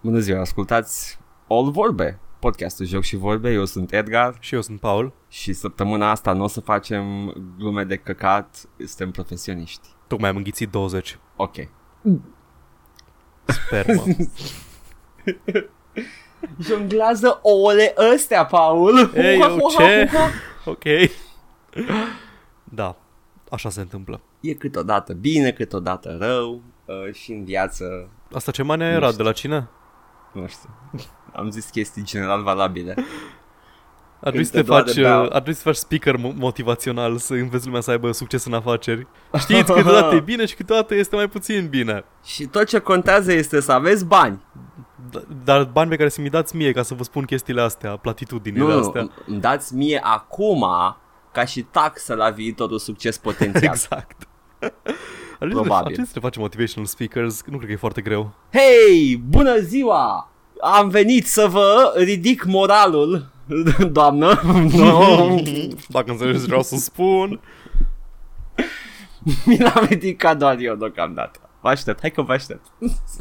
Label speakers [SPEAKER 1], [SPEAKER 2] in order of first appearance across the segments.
[SPEAKER 1] Bună ziua, ascultați All Vorbe, podcastul Joc și Vorbe, eu sunt Edgar
[SPEAKER 2] Și eu sunt Paul.
[SPEAKER 1] și săptămâna asta nu o să facem glume de căcat, suntem profesioniști.
[SPEAKER 2] Tocmai am înghițit 20.
[SPEAKER 1] Ok.
[SPEAKER 2] Spermă.
[SPEAKER 1] Jonglează ouăle ăstea, Paul!
[SPEAKER 2] Ei, eu ce? ok. Da, așa se întâmplă.
[SPEAKER 1] E câteodată bine, câteodată rău uh, și în viață,
[SPEAKER 2] Asta ce mania era? De la cine?
[SPEAKER 1] nu știu, am zis chestii general valabile.
[SPEAKER 2] Ar trebui, să
[SPEAKER 1] te
[SPEAKER 2] te
[SPEAKER 1] doare,
[SPEAKER 2] faci,
[SPEAKER 1] da.
[SPEAKER 2] ar trebui să faci speaker mo- motivațional Să înveți lumea să aibă succes în afaceri Știți câteodată e bine și câteodată este mai puțin bine
[SPEAKER 1] Și tot ce contează este să aveți bani.
[SPEAKER 2] D- Da, Dar bani pe care să mi dați mie Ca să vă spun chestiile astea, platitudinile
[SPEAKER 1] Nu, nu,
[SPEAKER 2] astea
[SPEAKER 1] îmi- îmi dați mie acum ca și taxă la viitorul succes potențial.
[SPEAKER 2] Exact Ar trebui să-
[SPEAKER 1] Probabil.
[SPEAKER 2] ar trebui să le facem motivational speakers Nu cred că e foarte greu
[SPEAKER 1] Hei, bună ziua! Am venit să vă ridic moralul, doamnă.
[SPEAKER 2] No. Dacă înțelegi ce vreau să spun.
[SPEAKER 1] Mi l-am ridicat doar eu deocamdată. Vă aștept, hai că vă aștept.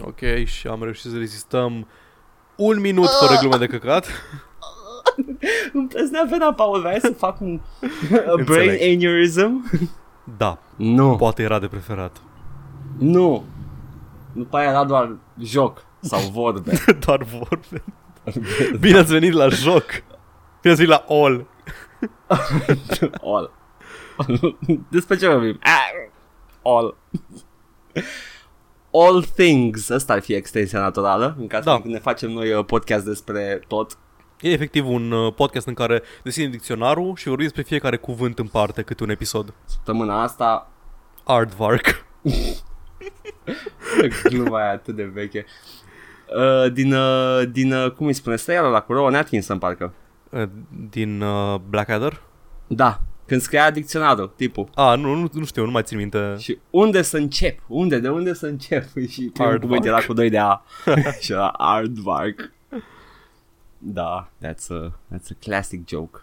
[SPEAKER 2] Ok, și am reușit să rezistăm un minut fără glume de căcat.
[SPEAKER 1] Îmi plăznea vena, Paul, vrei să fac un a
[SPEAKER 2] Înțeleg.
[SPEAKER 1] brain aneurysm?
[SPEAKER 2] Da,
[SPEAKER 1] Nu,
[SPEAKER 2] poate era de preferat.
[SPEAKER 1] nu. După aia era doar joc sau vorbe.
[SPEAKER 2] Doar vorbe. Bine ați venit la joc. Bine ați venit la all.
[SPEAKER 1] All. Despre ce vorbim? Ah, All. All things. Asta ar fi extensia naturală, în cazul
[SPEAKER 2] Da.
[SPEAKER 1] când ne facem noi uh, podcast despre tot.
[SPEAKER 2] E efectiv un uh, podcast în care deschidem dicționarul și vorbim despre fiecare cuvânt în parte câte un episod.
[SPEAKER 1] Săptămâna asta,
[SPEAKER 2] Aardvark.
[SPEAKER 1] gluma aia atât de veche. Uh, din, uh, din uh, cum îi spune, stai la cu Rowan Atkinson, parcă.
[SPEAKER 2] Uh, Din uh, Blackadder?
[SPEAKER 1] Da, când scria dicționarul, tipul.
[SPEAKER 2] A, nu, nu, nu știu, nu mai țin minte.
[SPEAKER 1] Și unde să încep? Unde? De unde să încep? Și primul
[SPEAKER 2] Aardvark.
[SPEAKER 1] cuvânt era cu doi de A. și era Aardvark. Da, that's a, that's a classic joke.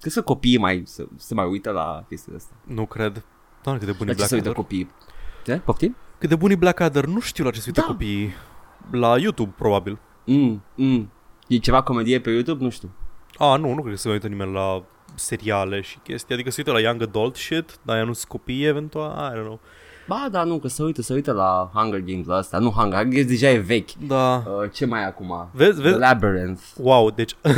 [SPEAKER 1] Cred că copiii mai, se, se mai uită la chestiile astea.
[SPEAKER 2] Nu cred. Doamne, cât de bun e
[SPEAKER 1] La ce se uită
[SPEAKER 2] Blackadder.
[SPEAKER 1] copiii? Ce? Poftim?
[SPEAKER 2] Cât de bun e Blackadder, nu știu la ce se uită
[SPEAKER 1] Da.
[SPEAKER 2] da. copiii. La YouTube, probabil.
[SPEAKER 1] Mm, mm. E ceva comedie pe YouTube? Nu știu.
[SPEAKER 2] A, nu, nu cred că se mai uită nimeni la seriale și chestii. Adică se uită la Young Adult shit, dar ea nu sunt copii eventual, I don't know.
[SPEAKER 1] Ba, da, nu, că se uită, se uită la Hunger Games la asta. Nu, Hunger Games deja e vechi.
[SPEAKER 2] Da.
[SPEAKER 1] Uh, ce mai e acum?
[SPEAKER 2] Vezi,
[SPEAKER 1] The
[SPEAKER 2] vezi?
[SPEAKER 1] Labyrinth.
[SPEAKER 2] Wow, deci...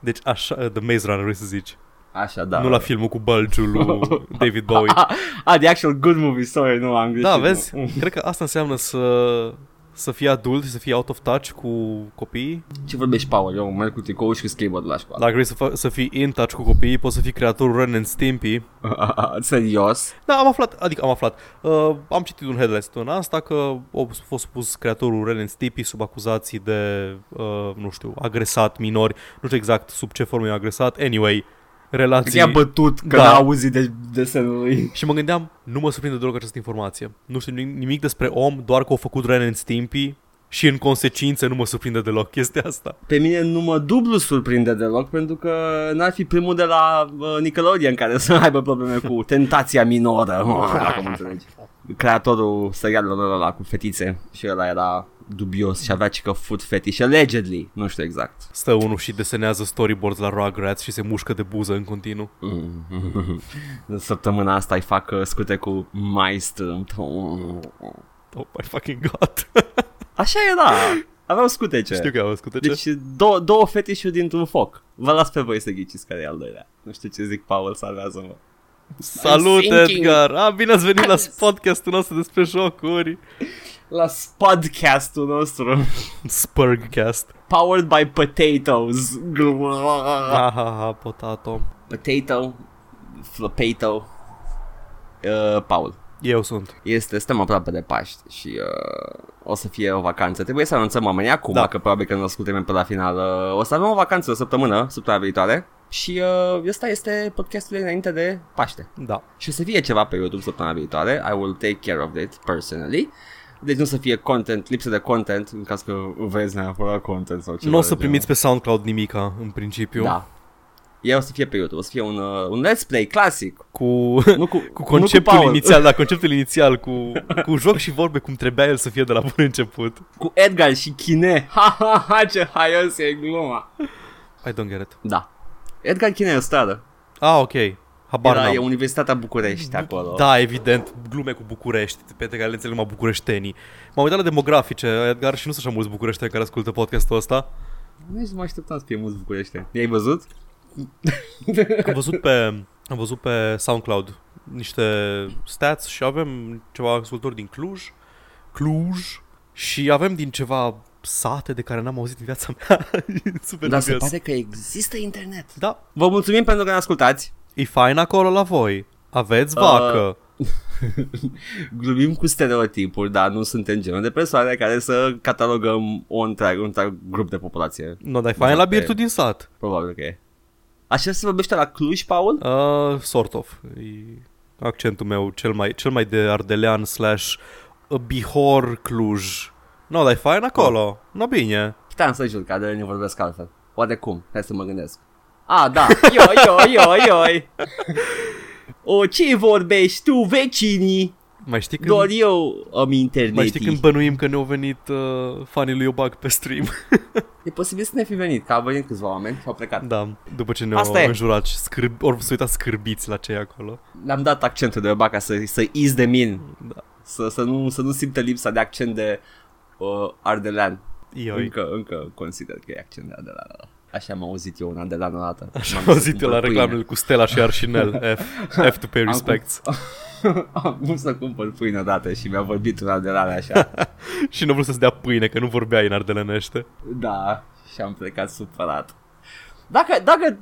[SPEAKER 2] deci așa, The Maze Runner, vrei să zici.
[SPEAKER 1] Așa, da.
[SPEAKER 2] Da. Nu la filmul cu bălciul lui David Bowie.
[SPEAKER 1] Ah, ah, the actual good movie, sorry, nu am greșit.
[SPEAKER 2] Da,
[SPEAKER 1] nu.
[SPEAKER 2] vezi?
[SPEAKER 1] Mm.
[SPEAKER 2] Cred că asta înseamnă să să fii adult și să fii out of touch cu copiii.
[SPEAKER 1] Ce vorbești, Paul? Eu merg cu tricou și cu skateboard la școală.
[SPEAKER 2] Dacă vrei să, fa- să fii in touch cu copiii, poți să fii creatorul Ren and Stimpy.
[SPEAKER 1] Serios?
[SPEAKER 2] Da, am aflat, adică am aflat. Uh, am citit un headline săptămâna asta că a fost pus creatorul Ren and Stimpy sub acuzații de, uh, nu știu, agresat minori. Nu știu exact sub ce formă i-a agresat. Anyway,
[SPEAKER 1] Cred că i-a
[SPEAKER 2] relații...
[SPEAKER 1] bătut că
[SPEAKER 2] Da.
[SPEAKER 1] n-a auzit de desenul lui.
[SPEAKER 2] Și mă gândeam, nu mă surprinde deloc această informație. Nu știu nim- nimic despre om, doar că a făcut Ren and Stimpy și în consecință nu mă surprinde deloc chestia asta.
[SPEAKER 1] Pe mine nu mă dublu surprinde deloc pentru că n-ar fi primul de la uh, Nickelodeon care să aibă probleme cu tentația minoră. Dacă mă înțelegi. Creatorul serialelor ăla cu fetițe și ăla era dubios și avea și că food fetish allegedly, nu știu exact.
[SPEAKER 2] Stă unul și desenează storyboards la Rugrats și se mușcă de buză în continuu. Mm.
[SPEAKER 1] În Săptămâna asta îi fac uh, scute cu mai strâmt.
[SPEAKER 2] Oh my fucking god.
[SPEAKER 1] Așa era. Aveau scutece.
[SPEAKER 2] știu că am ascultat ce.
[SPEAKER 1] Deci două, două fetișuri dintr-un foc. Vă las pe voi să ghiciți care e al doilea. Nu știu ce zic, Paul, salvează-mă.
[SPEAKER 2] Salut,
[SPEAKER 1] thinking.
[SPEAKER 2] Edgar! A, bine ați venit la podcastul nostru despre jocuri!
[SPEAKER 1] La spodcastul nostru.
[SPEAKER 2] Spurgcast.
[SPEAKER 1] Powered by potatoes.
[SPEAKER 2] Ha, ha, ha, potato.
[SPEAKER 1] Potato. Flopato. Uh, Paul.
[SPEAKER 2] Eu sunt.
[SPEAKER 1] Este, suntem aproape de Paști și uh, o să fie o vacanță. Trebuie să anunțăm oamenii acum, da.
[SPEAKER 2] Da.
[SPEAKER 1] că probabil că ne ascultăm pe la final. Uh, o să avem o vacanță o săptămână, săptămâna viitoare. Și uh, ăsta este podcastul înainte de Paște.
[SPEAKER 2] Da.
[SPEAKER 1] Și o să fie ceva pe YouTube săptămâna viitoare. I will take care of it personally. Deci nu o să fie content, lipsă de content, în caz că vreți neapărat content sau ceva.
[SPEAKER 2] Nu o
[SPEAKER 1] de
[SPEAKER 2] să
[SPEAKER 1] genul.
[SPEAKER 2] primiți pe SoundCloud nimica, în principiu.
[SPEAKER 1] Da. Ea o să fie pe YouTube, o să fie un, uh, un let's play clasic.
[SPEAKER 2] Cu,
[SPEAKER 1] Nu cu,
[SPEAKER 2] cu conceptul
[SPEAKER 1] nu cu Paul,
[SPEAKER 2] inițial, da, conceptul inițial, cu, cu joc și vorbe cum trebuia el să fie de la bun început.
[SPEAKER 1] Cu Edgar și Chine. Ha, ha, ha, ce haios e gluma.
[SPEAKER 2] I don't get it.
[SPEAKER 1] Da. Edgar Chine e în stradă.
[SPEAKER 2] Ah, ok. Habar
[SPEAKER 1] Era, e
[SPEAKER 2] n-am.
[SPEAKER 1] Universitatea București acolo.
[SPEAKER 2] Da, evident, glume cu București, pe care le înțeleg numai bucureștenii. M-am uitat la demografice, Edgar, și nu sunt așa mulți bucureșteni care ascultă podcastul ăsta.
[SPEAKER 1] Nici nu mă așteptam să fie mulți București. I-ai văzut?
[SPEAKER 2] Am văzut pe, am văzut pe SoundCloud niște stats și avem ceva ascultători din Cluj, Cluj și avem din ceva sate de care n-am auzit în viața mea. E Super
[SPEAKER 1] Dar Da, se
[SPEAKER 2] dubios.
[SPEAKER 1] pare că există internet.
[SPEAKER 2] Da,
[SPEAKER 1] Vă mulțumim pentru că ne ascultați.
[SPEAKER 2] e fain acolo la voi. Aveți vacă.
[SPEAKER 1] Glumim cu stereotipuri, dar nu suntem genul de persoane care să catalogăm o întreg, un întreg grup de populație.
[SPEAKER 2] Nu, dar e fain la
[SPEAKER 1] exact,
[SPEAKER 2] birtul
[SPEAKER 1] e-
[SPEAKER 2] din sat.
[SPEAKER 1] Probabil că e. Așa se vorbește la Cluj, Paul?
[SPEAKER 2] Uh, sort of. E accentul meu cel mai, cel mai de ardelean slash uh, Bihor Cluj. Nu, dar e fain acolo. Nu bine.
[SPEAKER 1] Puteam să jur că adelenii vorbesc altfel. Oare cum? Hai să mă gândesc. A, da. Ioi, ioi, ioi, ioi. O, ce vorbești tu, vecinii?
[SPEAKER 2] Mai știi când...
[SPEAKER 1] Doar eu am internet.
[SPEAKER 2] Mai știi când bănuim că ne-au venit uh, fanii lui Obag pe stream?
[SPEAKER 1] E posibil să ne fi venit, că au venit câțiva oameni și au plecat.
[SPEAKER 2] da, după ce ne-au
[SPEAKER 1] Asta e.
[SPEAKER 2] înjurat și scârb, ori s-au uitat scârbiți la cei acolo.
[SPEAKER 1] Le-am dat accentul de bă, ca să, să iz de min.
[SPEAKER 2] Da.
[SPEAKER 1] Să, să, nu, să nu simtă lipsa de accent de uh, ardelean.
[SPEAKER 2] Ioi.
[SPEAKER 1] Încă, încă consider că e accent de ardelean. Așa am auzit eu un ardelean odată.
[SPEAKER 2] Așa
[SPEAKER 1] M-am dus
[SPEAKER 2] am auzit
[SPEAKER 1] să
[SPEAKER 2] eu la
[SPEAKER 1] cumpăr
[SPEAKER 2] reclamele cu Stella și Arșinel. F, F to pay respects.
[SPEAKER 1] pâine. am vrut să cumpăr pâine odată și mi-a vorbit un ardelean așa.
[SPEAKER 2] și nu vreau să-ți dea pâine, că nu vorbeai în ardelenește.
[SPEAKER 1] da, și am plecat supărat. Dacă, dacă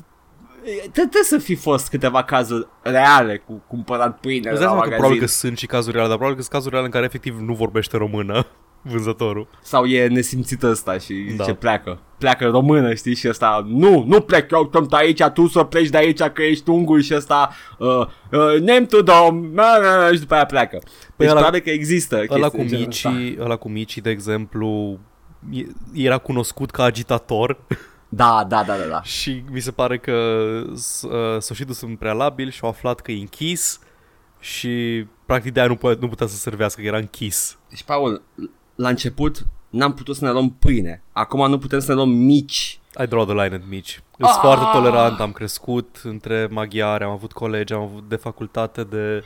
[SPEAKER 1] te- Trebuie să fi fost câteva cazuri reale cu cumpărat pâine
[SPEAKER 2] Îți
[SPEAKER 1] de
[SPEAKER 2] dai
[SPEAKER 1] la
[SPEAKER 2] seama că probabil că
[SPEAKER 1] magazin
[SPEAKER 2] sunt și cazuri reale, dar probabil că sunt cazuri reale în care efectiv nu vorbește română vânzătorul.
[SPEAKER 1] sau e nesimțit ăsta și
[SPEAKER 2] Da.
[SPEAKER 1] da. zice pleacă. Pleacă română, știi, și ăsta, nu, nu plec, eu sunt aici, tu să pleci de aici că ești ungul și ăsta, uh, uh, nem tu dom, na, na, na, și după aia pleacă. Deci
[SPEAKER 2] Păi ăla-
[SPEAKER 1] probabil că există chestii
[SPEAKER 2] Ăla cu,
[SPEAKER 1] de genul
[SPEAKER 2] Mici,
[SPEAKER 1] ăsta.
[SPEAKER 2] ăla cu Mici, de exemplu, e- era cunoscut ca agitator
[SPEAKER 1] Da, da, da, da, da.
[SPEAKER 2] Și mi se pare că s- uh, s-au și dus în prealabil și au aflat că e închis și practic de-aia nu, po- nu putea să servească, că era închis.
[SPEAKER 1] Deci, Paul, la început n-am putut să ne luăm pâine. Acum nu putem să ne luăm mici.
[SPEAKER 2] I draw the line at mici. Sunt foarte tolerant, am crescut între maghiari, am avut colegi, am avut de facultate, de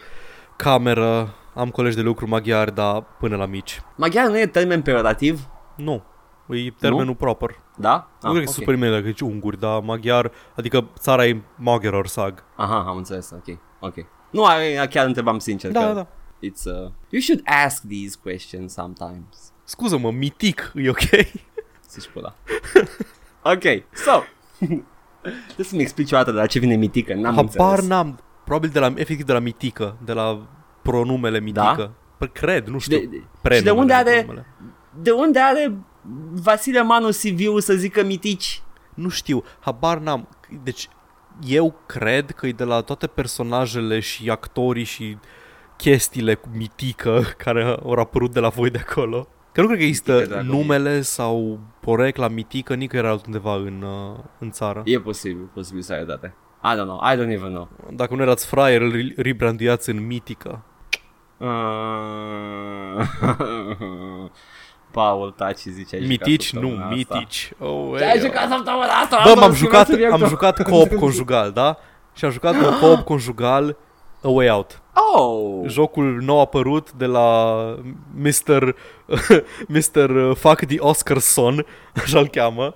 [SPEAKER 2] cameră, am colegi de lucru maghiari, dar până la mici.
[SPEAKER 1] Maghiar nu e termen peorativ,
[SPEAKER 2] Nu, e termenul nu? proper.
[SPEAKER 1] da?
[SPEAKER 2] nu cred că okay. super bine dacă zici unguri, dar maghiar, adică țara e Magyarország.
[SPEAKER 1] Aha, am înțeles, ok, ok. Nu, a- chiar întrebam sincer.
[SPEAKER 2] Da,
[SPEAKER 1] că
[SPEAKER 2] da, da.
[SPEAKER 1] It's a... You should ask these questions sometimes.
[SPEAKER 2] Scuză-mă, mitic, e ok?
[SPEAKER 1] Să-și pula. ok, so... Trebuie să-mi explici o dată de la ce vine mitică, n-am
[SPEAKER 2] Habar
[SPEAKER 1] înțeles.
[SPEAKER 2] n-am. Probabil de la, efectiv de la mitică, de la pronumele mitică. Da? Cred, nu știu.
[SPEAKER 1] De- de- și
[SPEAKER 2] Prenumele,
[SPEAKER 1] de unde are-
[SPEAKER 2] pronumele.
[SPEAKER 1] De unde are Vasile Manu cv să zică mitici?
[SPEAKER 2] Nu știu, habar n-am. Deci eu cred că e de la toate personajele și actorii și chestiile cu mitică care au apărut de la voi de acolo. Că nu cred că
[SPEAKER 1] Mitică de
[SPEAKER 2] există
[SPEAKER 1] acolo.
[SPEAKER 2] numele sau porecla mitică nicăieri altundeva în, uh, în țară.
[SPEAKER 1] E posibil, posibil să ai date. I don't know, I don't even know.
[SPEAKER 2] Dacă nu erați fraier, îl re- rebranduiați în mitică.
[SPEAKER 1] Uh, Paul Taci zice ai jucat
[SPEAKER 2] Mitici, nu,
[SPEAKER 1] săptămâna asta.
[SPEAKER 2] mitici. Oh,
[SPEAKER 1] Ce ai
[SPEAKER 2] ei,
[SPEAKER 1] jucat săptămâna asta?
[SPEAKER 2] Bă,
[SPEAKER 1] Asta
[SPEAKER 2] m-am
[SPEAKER 1] îmi
[SPEAKER 2] jucat,
[SPEAKER 1] schimba
[SPEAKER 2] am
[SPEAKER 1] subiectul.
[SPEAKER 2] jucat co-op conjugal, da? Și am jucat un co-op conjugal A Way Out.
[SPEAKER 1] Oh!
[SPEAKER 2] Jocul nou apărut de la Mr. Mr. Fuck the Oscarson, așa îl cheamă.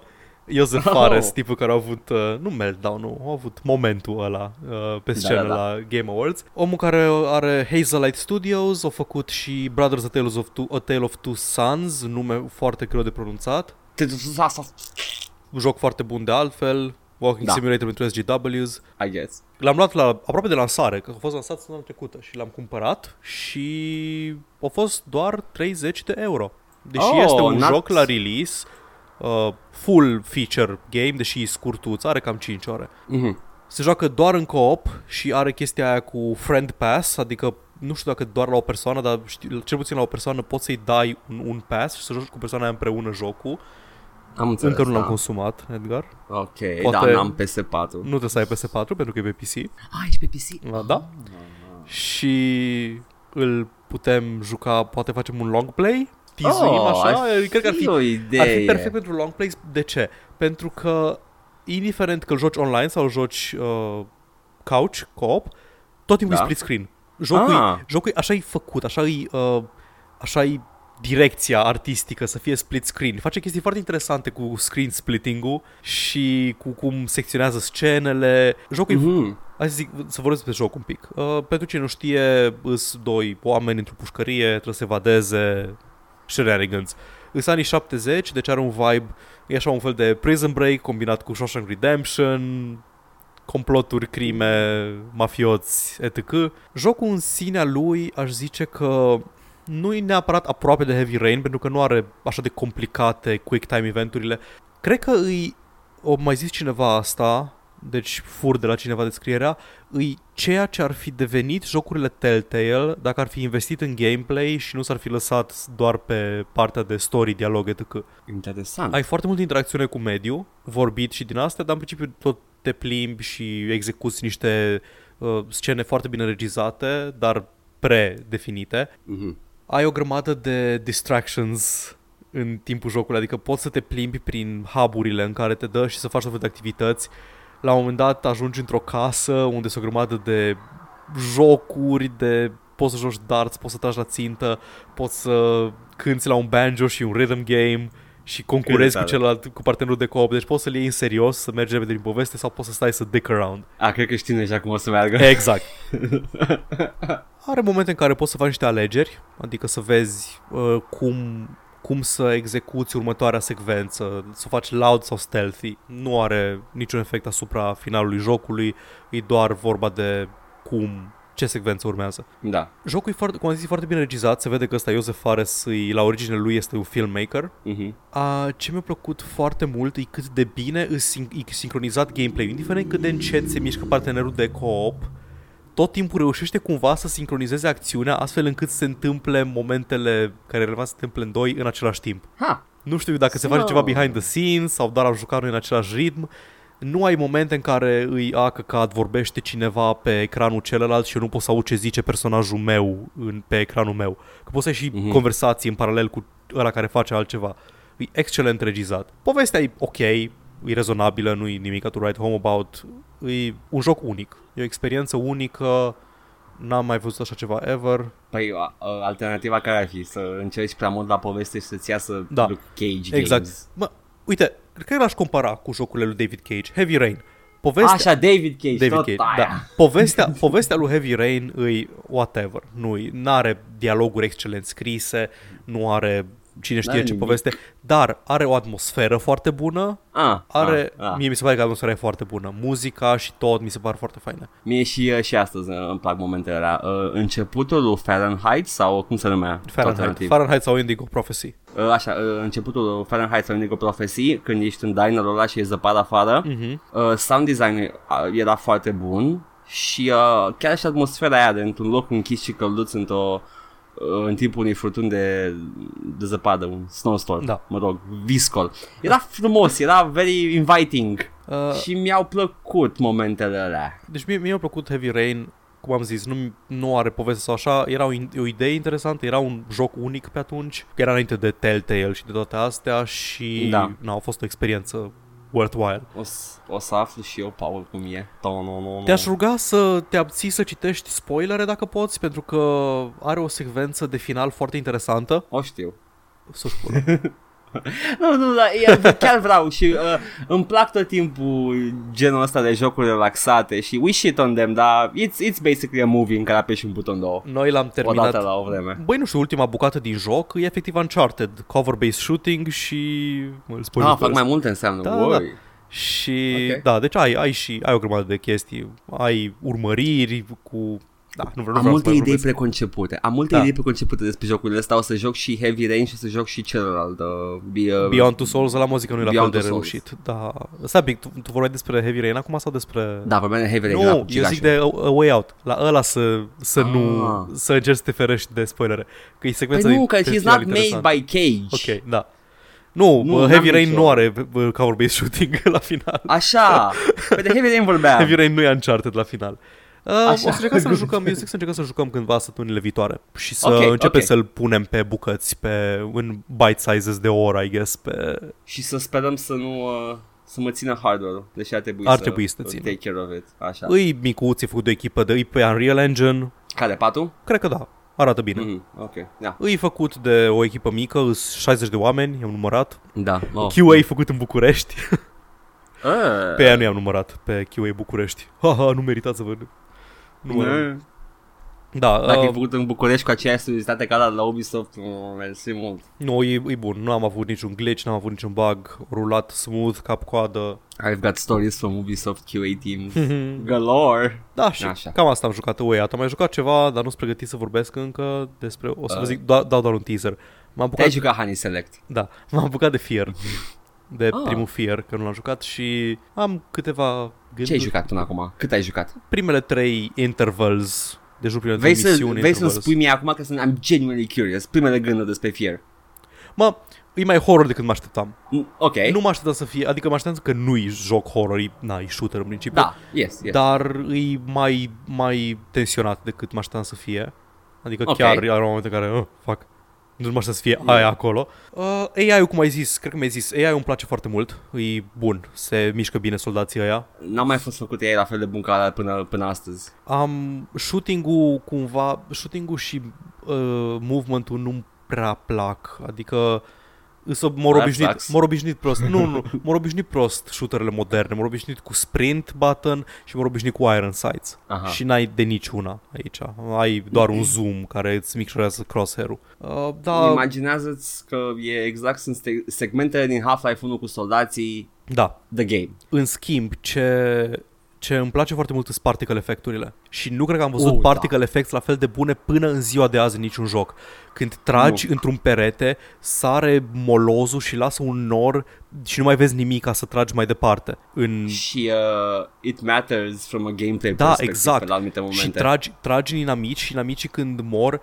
[SPEAKER 2] Joseph
[SPEAKER 1] Oh.
[SPEAKER 2] Fares, tipul care a avut, uh, nu meltdown nu, a avut momentul ăla uh, pe scenă
[SPEAKER 1] da, da.
[SPEAKER 2] la Game Awards. Omul care are Hazelite Studios, a făcut și Brothers A Tale of Two, a Tale of Two Sons, nume foarte greu de pronunțat
[SPEAKER 1] Te duci asta,
[SPEAKER 2] un joc foarte bun de altfel, Walking da.
[SPEAKER 1] Da.
[SPEAKER 2] Simulator pentru SGWs.
[SPEAKER 1] I guess.
[SPEAKER 2] L-am luat la, aproape de lansare, că a fost lansat săptămâna trecută și l-am cumpărat și a fost doar 30 de euro. Deși oh,
[SPEAKER 1] Oh,
[SPEAKER 2] este un
[SPEAKER 1] nuts.
[SPEAKER 2] joc la release, uh, full feature game, deși e scurtuț, are cam 5 ore.
[SPEAKER 1] Mhm.
[SPEAKER 2] Se joacă doar în co-op și are chestia aia cu friend pass, adică nu știu dacă doar la o persoană, dar știu, cel puțin la o persoană poți să-i dai un, un pass și să joci cu persoana aia împreună jocul
[SPEAKER 1] Am înțeles,
[SPEAKER 2] Încă nu l-am
[SPEAKER 1] da.
[SPEAKER 2] consumat, Edgar.
[SPEAKER 1] Ok,
[SPEAKER 2] Poate-
[SPEAKER 1] da, n-am PS4.
[SPEAKER 2] Nu trebuie să ai PS4 pentru că e pe PC.
[SPEAKER 1] Ah, ești pe PC.
[SPEAKER 2] Da, Da? Și îl putem juca, poate facem un long play, tizuim
[SPEAKER 1] Oh,
[SPEAKER 2] așa,
[SPEAKER 1] ar
[SPEAKER 2] cred că ar fi,
[SPEAKER 1] o
[SPEAKER 2] ar fi
[SPEAKER 1] idee.
[SPEAKER 2] perfect pentru long play. De ce? Pentru că indiferent că îl joci online sau îl joci uh, couch, co-op, tot timpul
[SPEAKER 1] Da.
[SPEAKER 2] e split screen. Jocul,
[SPEAKER 1] Ah.
[SPEAKER 2] ah. jocul așa e făcut, așa e uh, așa e direcția artistică să fie split screen. Face chestii foarte interesante cu screen splitting-ul și cu cum secționează scenele. Jocul e
[SPEAKER 1] Mhm.
[SPEAKER 2] Hai să, zic, să vorbesc despre joc un pic. Uh, pentru cine nu știe, îs doi oameni într-o pușcărie, trebuie să evadeze shenanigans. Îs anii 70, deci are un vibe, e așa un fel de prison break combinat cu Shawshank Redemption, comploturi, crime, mafioți, etc. Jocul în sinea lui aș zice că nu e neapărat aproape de Heavy Rain, pentru că nu are așa de complicate quick time eventurile. Cred că îi, o mai zis cineva asta, deci fur de la cineva descrierea, îi ceea ce ar fi devenit jocurile Telltale dacă ar fi investit în gameplay și nu s-ar fi lăsat doar pe partea de story, dialog, etc.
[SPEAKER 1] Interesant.
[SPEAKER 2] Ai foarte multă interacțiune cu mediul, vorbit și din astea, dar în principiu tot te plimbi și execuți niște uh, scene foarte bine regizate, dar predefinite.
[SPEAKER 1] Mhm.
[SPEAKER 2] Ai o grămadă de distractions în timpul jocului, adică poți să te plimbi prin hub-urile în care te dă și să faci tot felul de activități. La un moment dat ajungi într-o casă unde sunt o grămadă de jocuri, de poți să joci darts, poți să tragi la țintă, poți să cânti la un banjo și un rhythm game și concurezi cu
[SPEAKER 1] tare.
[SPEAKER 2] celălalt, cu partenerul de co deci poți să-l iei în serios, să mergi repede din poveste sau poți să stai să dick around.
[SPEAKER 1] A, cred că știm deja cum o să meargă.
[SPEAKER 2] Exact. Are momente în care poți să faci niște alegeri, adică să vezi uh, cum, cum să execuți următoarea secvență, să o faci loud sau stealthy. Nu are niciun efect asupra finalului jocului, e doar vorba de cum, ce secvență urmează.
[SPEAKER 1] Da.
[SPEAKER 2] Jocul e foarte, cum am zis, e foarte bine regizat, se vede că ăsta Iosef Fares, e- la origine lui este un filmmaker,
[SPEAKER 1] Mhm.
[SPEAKER 2] a, ce mi-a plăcut foarte mult e cât de bine e, sin- e sincronizat gameplay-ul, indiferent cât de încet se mișcă partenerul de co-op, tot timpul reușește cumva să sincronizeze acțiunea astfel încât să se întâmple momentele care relevant să se întâmple în doi în același timp.
[SPEAKER 1] Ha,
[SPEAKER 2] Nu știu dacă se face
[SPEAKER 1] Wow.
[SPEAKER 2] ceva behind the scenes sau doar am jucat noi în același ritm, nu ai momente în care îi a căcat, vorbește cineva pe ecranul celălalt și eu nu pot să aud ce zice personajul meu în, pe ecranul meu. Că poți să ai și
[SPEAKER 1] Mhm.
[SPEAKER 2] mm-hmm. conversații în paralel cu ăla care face altceva. E excelent regizat. Povestea e ok, e rezonabilă, nu e nimic to write home about. E un joc unic. E o experiență unică. N-am mai văzut așa ceva ever.
[SPEAKER 1] Păi a- a- alternativa care ar fi? Să încerci prea mult la poveste și să-ți iasă
[SPEAKER 2] Da.
[SPEAKER 1] Luke Cage
[SPEAKER 2] Exact.
[SPEAKER 1] Games.
[SPEAKER 2] Mă, uite, cred că l-aș compara cu jocurile lui David Cage. Heavy Rain. Povestea,
[SPEAKER 1] Așa, David Cage,
[SPEAKER 2] David
[SPEAKER 1] tot
[SPEAKER 2] Cage,
[SPEAKER 1] aia.
[SPEAKER 2] da. Povestea, povestea lui Heavy Rain îi whatever, nu are dialoguri excelent scrise, nu are cine știe
[SPEAKER 1] N-are
[SPEAKER 2] ce
[SPEAKER 1] nimic.
[SPEAKER 2] poveste, dar are o atmosferă foarte bună,
[SPEAKER 1] Ah,
[SPEAKER 2] are,
[SPEAKER 1] ah, ah.
[SPEAKER 2] mie mi se pare că atmosfera e foarte bună, muzica și tot mi se pare foarte faină.
[SPEAKER 1] Mie și, uh, și astăzi uh, îmi plac momentele alea. Uh, Începutul lui Fahrenheit sau cum se numea?
[SPEAKER 2] Fahrenheit,
[SPEAKER 1] Alternativ.
[SPEAKER 2] Fahrenheit sau Indigo Prophecy.
[SPEAKER 1] Uh, așa, uh, începutul lui Fahrenheit sau Indigo Prophecy, când ești în dinerul ăla și e zăpadă afară, uh-huh.
[SPEAKER 2] Mhm.
[SPEAKER 1] uh, sound design era foarte bun și uh, chiar și atmosfera aia de într-un loc închis și călduț într-o uh, în timpul unui furtun de, de zăpadă, un snowstorm,
[SPEAKER 2] Da.
[SPEAKER 1] mă rog, viscol. Era frumos, era very inviting uh.
[SPEAKER 2] Uh,
[SPEAKER 1] și mi-au plăcut momentele alea.
[SPEAKER 2] Deci mie, mie mi-a plăcut Heavy Rain, cum am zis, nu, nu are poveste sau așa, era o, in- o idee interesantă, era un joc unic pe atunci, era înainte de Telltale și de toate astea și
[SPEAKER 1] Da.
[SPEAKER 2] na, a fost o experiență worthwhile.
[SPEAKER 1] O, s- o să aflu și eu, Paul, cum e. No, no, no, no.
[SPEAKER 2] Te-aș ruga să te abții să citești spoilere dacă poți, pentru că are o secvență de final foarte interesantă.
[SPEAKER 1] O știu.
[SPEAKER 2] Să-și pula.
[SPEAKER 1] Nu, nu, dar e- chiar vreau și uh, îmi plac tot timpul genul ăsta de jocuri relaxate și we shit on them, dar it's, it's basically a movie în care apeși un buton două.
[SPEAKER 2] Noi l-am
[SPEAKER 1] Terminat. O dată
[SPEAKER 2] terminat.
[SPEAKER 1] la o vreme.
[SPEAKER 2] Băi, nu știu, ultima bucată din joc e efectiv Uncharted, cover-based shooting și... Mă, îl spun
[SPEAKER 1] Ah,
[SPEAKER 2] după
[SPEAKER 1] fac mai
[SPEAKER 2] asta.
[SPEAKER 1] multe înseamnă.
[SPEAKER 2] Da,
[SPEAKER 1] Da,
[SPEAKER 2] da, da.
[SPEAKER 1] da.
[SPEAKER 2] Și
[SPEAKER 1] Ok.
[SPEAKER 2] okay. da, deci ai, ai și ai o grămadă de chestii, ai urmăriri cu... Da, nu vreau, nu
[SPEAKER 1] Am
[SPEAKER 2] vreau
[SPEAKER 1] multe
[SPEAKER 2] să mai
[SPEAKER 1] idei
[SPEAKER 2] vorbesc.
[SPEAKER 1] preconcepute. Am multe
[SPEAKER 2] Da.
[SPEAKER 1] idei preconcepute despre jocurile astea. O să joc și Heavy Rain și o să joc și celălalt. Uh, be, uh,
[SPEAKER 2] Beyond Two Souls, la muzică nu e la fel
[SPEAKER 1] Beyond
[SPEAKER 2] de
[SPEAKER 1] Two Souls.
[SPEAKER 2] reușit. Da. Stai, Bic, tu, tu vorbeai despre Heavy Rain acum sau despre...
[SPEAKER 1] Da, vorbeam de Heavy Rain.
[SPEAKER 2] Nu,
[SPEAKER 1] era
[SPEAKER 2] eu
[SPEAKER 1] cu
[SPEAKER 2] zic
[SPEAKER 1] Cigașul.
[SPEAKER 2] de A A Way Out. La ăla să, să
[SPEAKER 1] Ah.
[SPEAKER 2] nu... Să încerci să te ferești de spoilere. Că e secvența
[SPEAKER 1] Păi
[SPEAKER 2] din
[SPEAKER 1] nu, că he's
[SPEAKER 2] festival
[SPEAKER 1] not
[SPEAKER 2] interesantă.
[SPEAKER 1] made by Cage.
[SPEAKER 2] Ok, da.
[SPEAKER 1] Nu,
[SPEAKER 2] Nu, nu
[SPEAKER 1] n-am
[SPEAKER 2] Heavy Rain
[SPEAKER 1] nicio.
[SPEAKER 2] nu are uh, cover-based shooting la final.
[SPEAKER 1] Așa, pe de Heavy Rain vorbeam.
[SPEAKER 2] Heavy Rain nu e Uncharted la final. Uh, o să
[SPEAKER 1] Așa.
[SPEAKER 2] încercăm să-l jucăm, eu zic să încercăm să jucăm cândva săptămânile viitoare și să
[SPEAKER 1] Ok,
[SPEAKER 2] okay, începem
[SPEAKER 1] ok.
[SPEAKER 2] okay. să-l punem pe bucăți, pe, în bite sizes de oră, I guess, pe,
[SPEAKER 1] Și să sperăm să nu... Uh, să mă țină hardware Deși ar trebui
[SPEAKER 2] Ar
[SPEAKER 1] să,
[SPEAKER 2] trebui să te țină.
[SPEAKER 1] take care of it Așa
[SPEAKER 2] Îi micuț, e făcut de o echipă de, îi pe Unreal Engine,
[SPEAKER 1] Care, patul?
[SPEAKER 2] cred că da, arată bine. Mm.
[SPEAKER 1] Mm, ok, da
[SPEAKER 2] Îi făcut de o echipă mică, îs 60 de oameni, i-am numărat.
[SPEAKER 1] Da
[SPEAKER 2] Oh. QA făcut în București,
[SPEAKER 1] Ah.
[SPEAKER 2] pe aia nu i-am numărat, pe QA București. Haha, nu meritați să vă... Nu mă...
[SPEAKER 1] Mm.
[SPEAKER 2] Da,
[SPEAKER 1] Dacă e
[SPEAKER 2] uh,
[SPEAKER 1] făcut în București cu aceeași seriozitate ca la, la Ubisoft, mm, mersi mult.
[SPEAKER 2] nu, e, e bun, nu am avut niciun glitch, n-am avut niciun bug, rulat smooth, cap-coadă.
[SPEAKER 1] I've got stories from Ubisoft QA teams. Galore!
[SPEAKER 2] Da, și
[SPEAKER 1] Așa.
[SPEAKER 2] Așa. cam asta am jucat away. Am mai jucat ceva, dar nu sunt pregătit să vorbesc încă despre... O
[SPEAKER 1] Ă.
[SPEAKER 2] să vă zic, da, dau doar un teaser. M-am
[SPEAKER 1] Te-ai
[SPEAKER 2] apucat
[SPEAKER 1] jucat Honey Select.
[SPEAKER 2] Da, m-am apucat de Fear. De
[SPEAKER 1] Ah.
[SPEAKER 2] ah. primul Fear, că nu l-am jucat și am câteva
[SPEAKER 1] Ce ai
[SPEAKER 2] gânduri.
[SPEAKER 1] jucat până acum? Cât ai jucat?
[SPEAKER 2] Primele trei intervals, deci nu primele
[SPEAKER 1] Vei,
[SPEAKER 2] trei
[SPEAKER 1] să,
[SPEAKER 2] misiuni
[SPEAKER 1] vei să-mi
[SPEAKER 2] intervals.
[SPEAKER 1] spui mie acum că sunt, I'm genuinely curious. Primele gânduri despre Fear.
[SPEAKER 2] Mă, e mai horror decât mă așteptam.
[SPEAKER 1] Mm, Ok.
[SPEAKER 2] Ei? Nu mă așteptam să fie, adică mă așteptam că nu-i joc horror, e, na, e shooter în principiu.
[SPEAKER 1] Da, yes, yes.
[SPEAKER 2] Dar e mai, mai tensionat decât mă așteptam să fie. Adică
[SPEAKER 1] Ok. Mm.
[SPEAKER 2] okay. chiar era un moment în care, uh, fac, nu mă așteptam să fie aia acolo. Uh, AI-ul, cum ai zis, cred că mi-ai zis, AI-ul îmi place foarte mult, e bun, se mișcă bine soldații ăia.
[SPEAKER 1] N-am mai fost făcut ei la fel de bun ca alea până, până astăzi.
[SPEAKER 2] Am shooting-ul cumva, shooting-ul și uh, movement-ul nu-mi prea plac. Adică să mor
[SPEAKER 1] Prea
[SPEAKER 2] obișnuit,
[SPEAKER 1] placs.
[SPEAKER 2] mor obișnuit prost. Nu, nu, mor obișnuit prost shooterele moderne. Mor obișnuit cu sprint button și mor obișnuit cu iron sights.
[SPEAKER 1] Aha. Mm.
[SPEAKER 2] Și n-ai de niciuna aici. Ai doar un zoom care îți micșorează crosshair-ul. Uh, da,
[SPEAKER 1] Imaginează-ți că e exact sunt ste- segmentele din Half-Life 1 cu soldații
[SPEAKER 2] da.
[SPEAKER 1] The Game.
[SPEAKER 2] În schimb, ce, ce îmi place foarte mult sunt particle effect-urile. Și nu cred că am văzut
[SPEAKER 1] Oh,
[SPEAKER 2] oh,
[SPEAKER 1] da.
[SPEAKER 2] particle da. effects la fel de bune până în ziua de azi în niciun joc. Când tragi nu. într-un perete, sare molozul și lasă un nor și nu mai vezi nimic ca să tragi mai departe. În...
[SPEAKER 1] Și uh, It Matters from a gameplay
[SPEAKER 2] Mm. Da,
[SPEAKER 1] perspective
[SPEAKER 2] exact.
[SPEAKER 1] la anumite momente.
[SPEAKER 2] Și tragi, tragi în inamici și inamicii când mor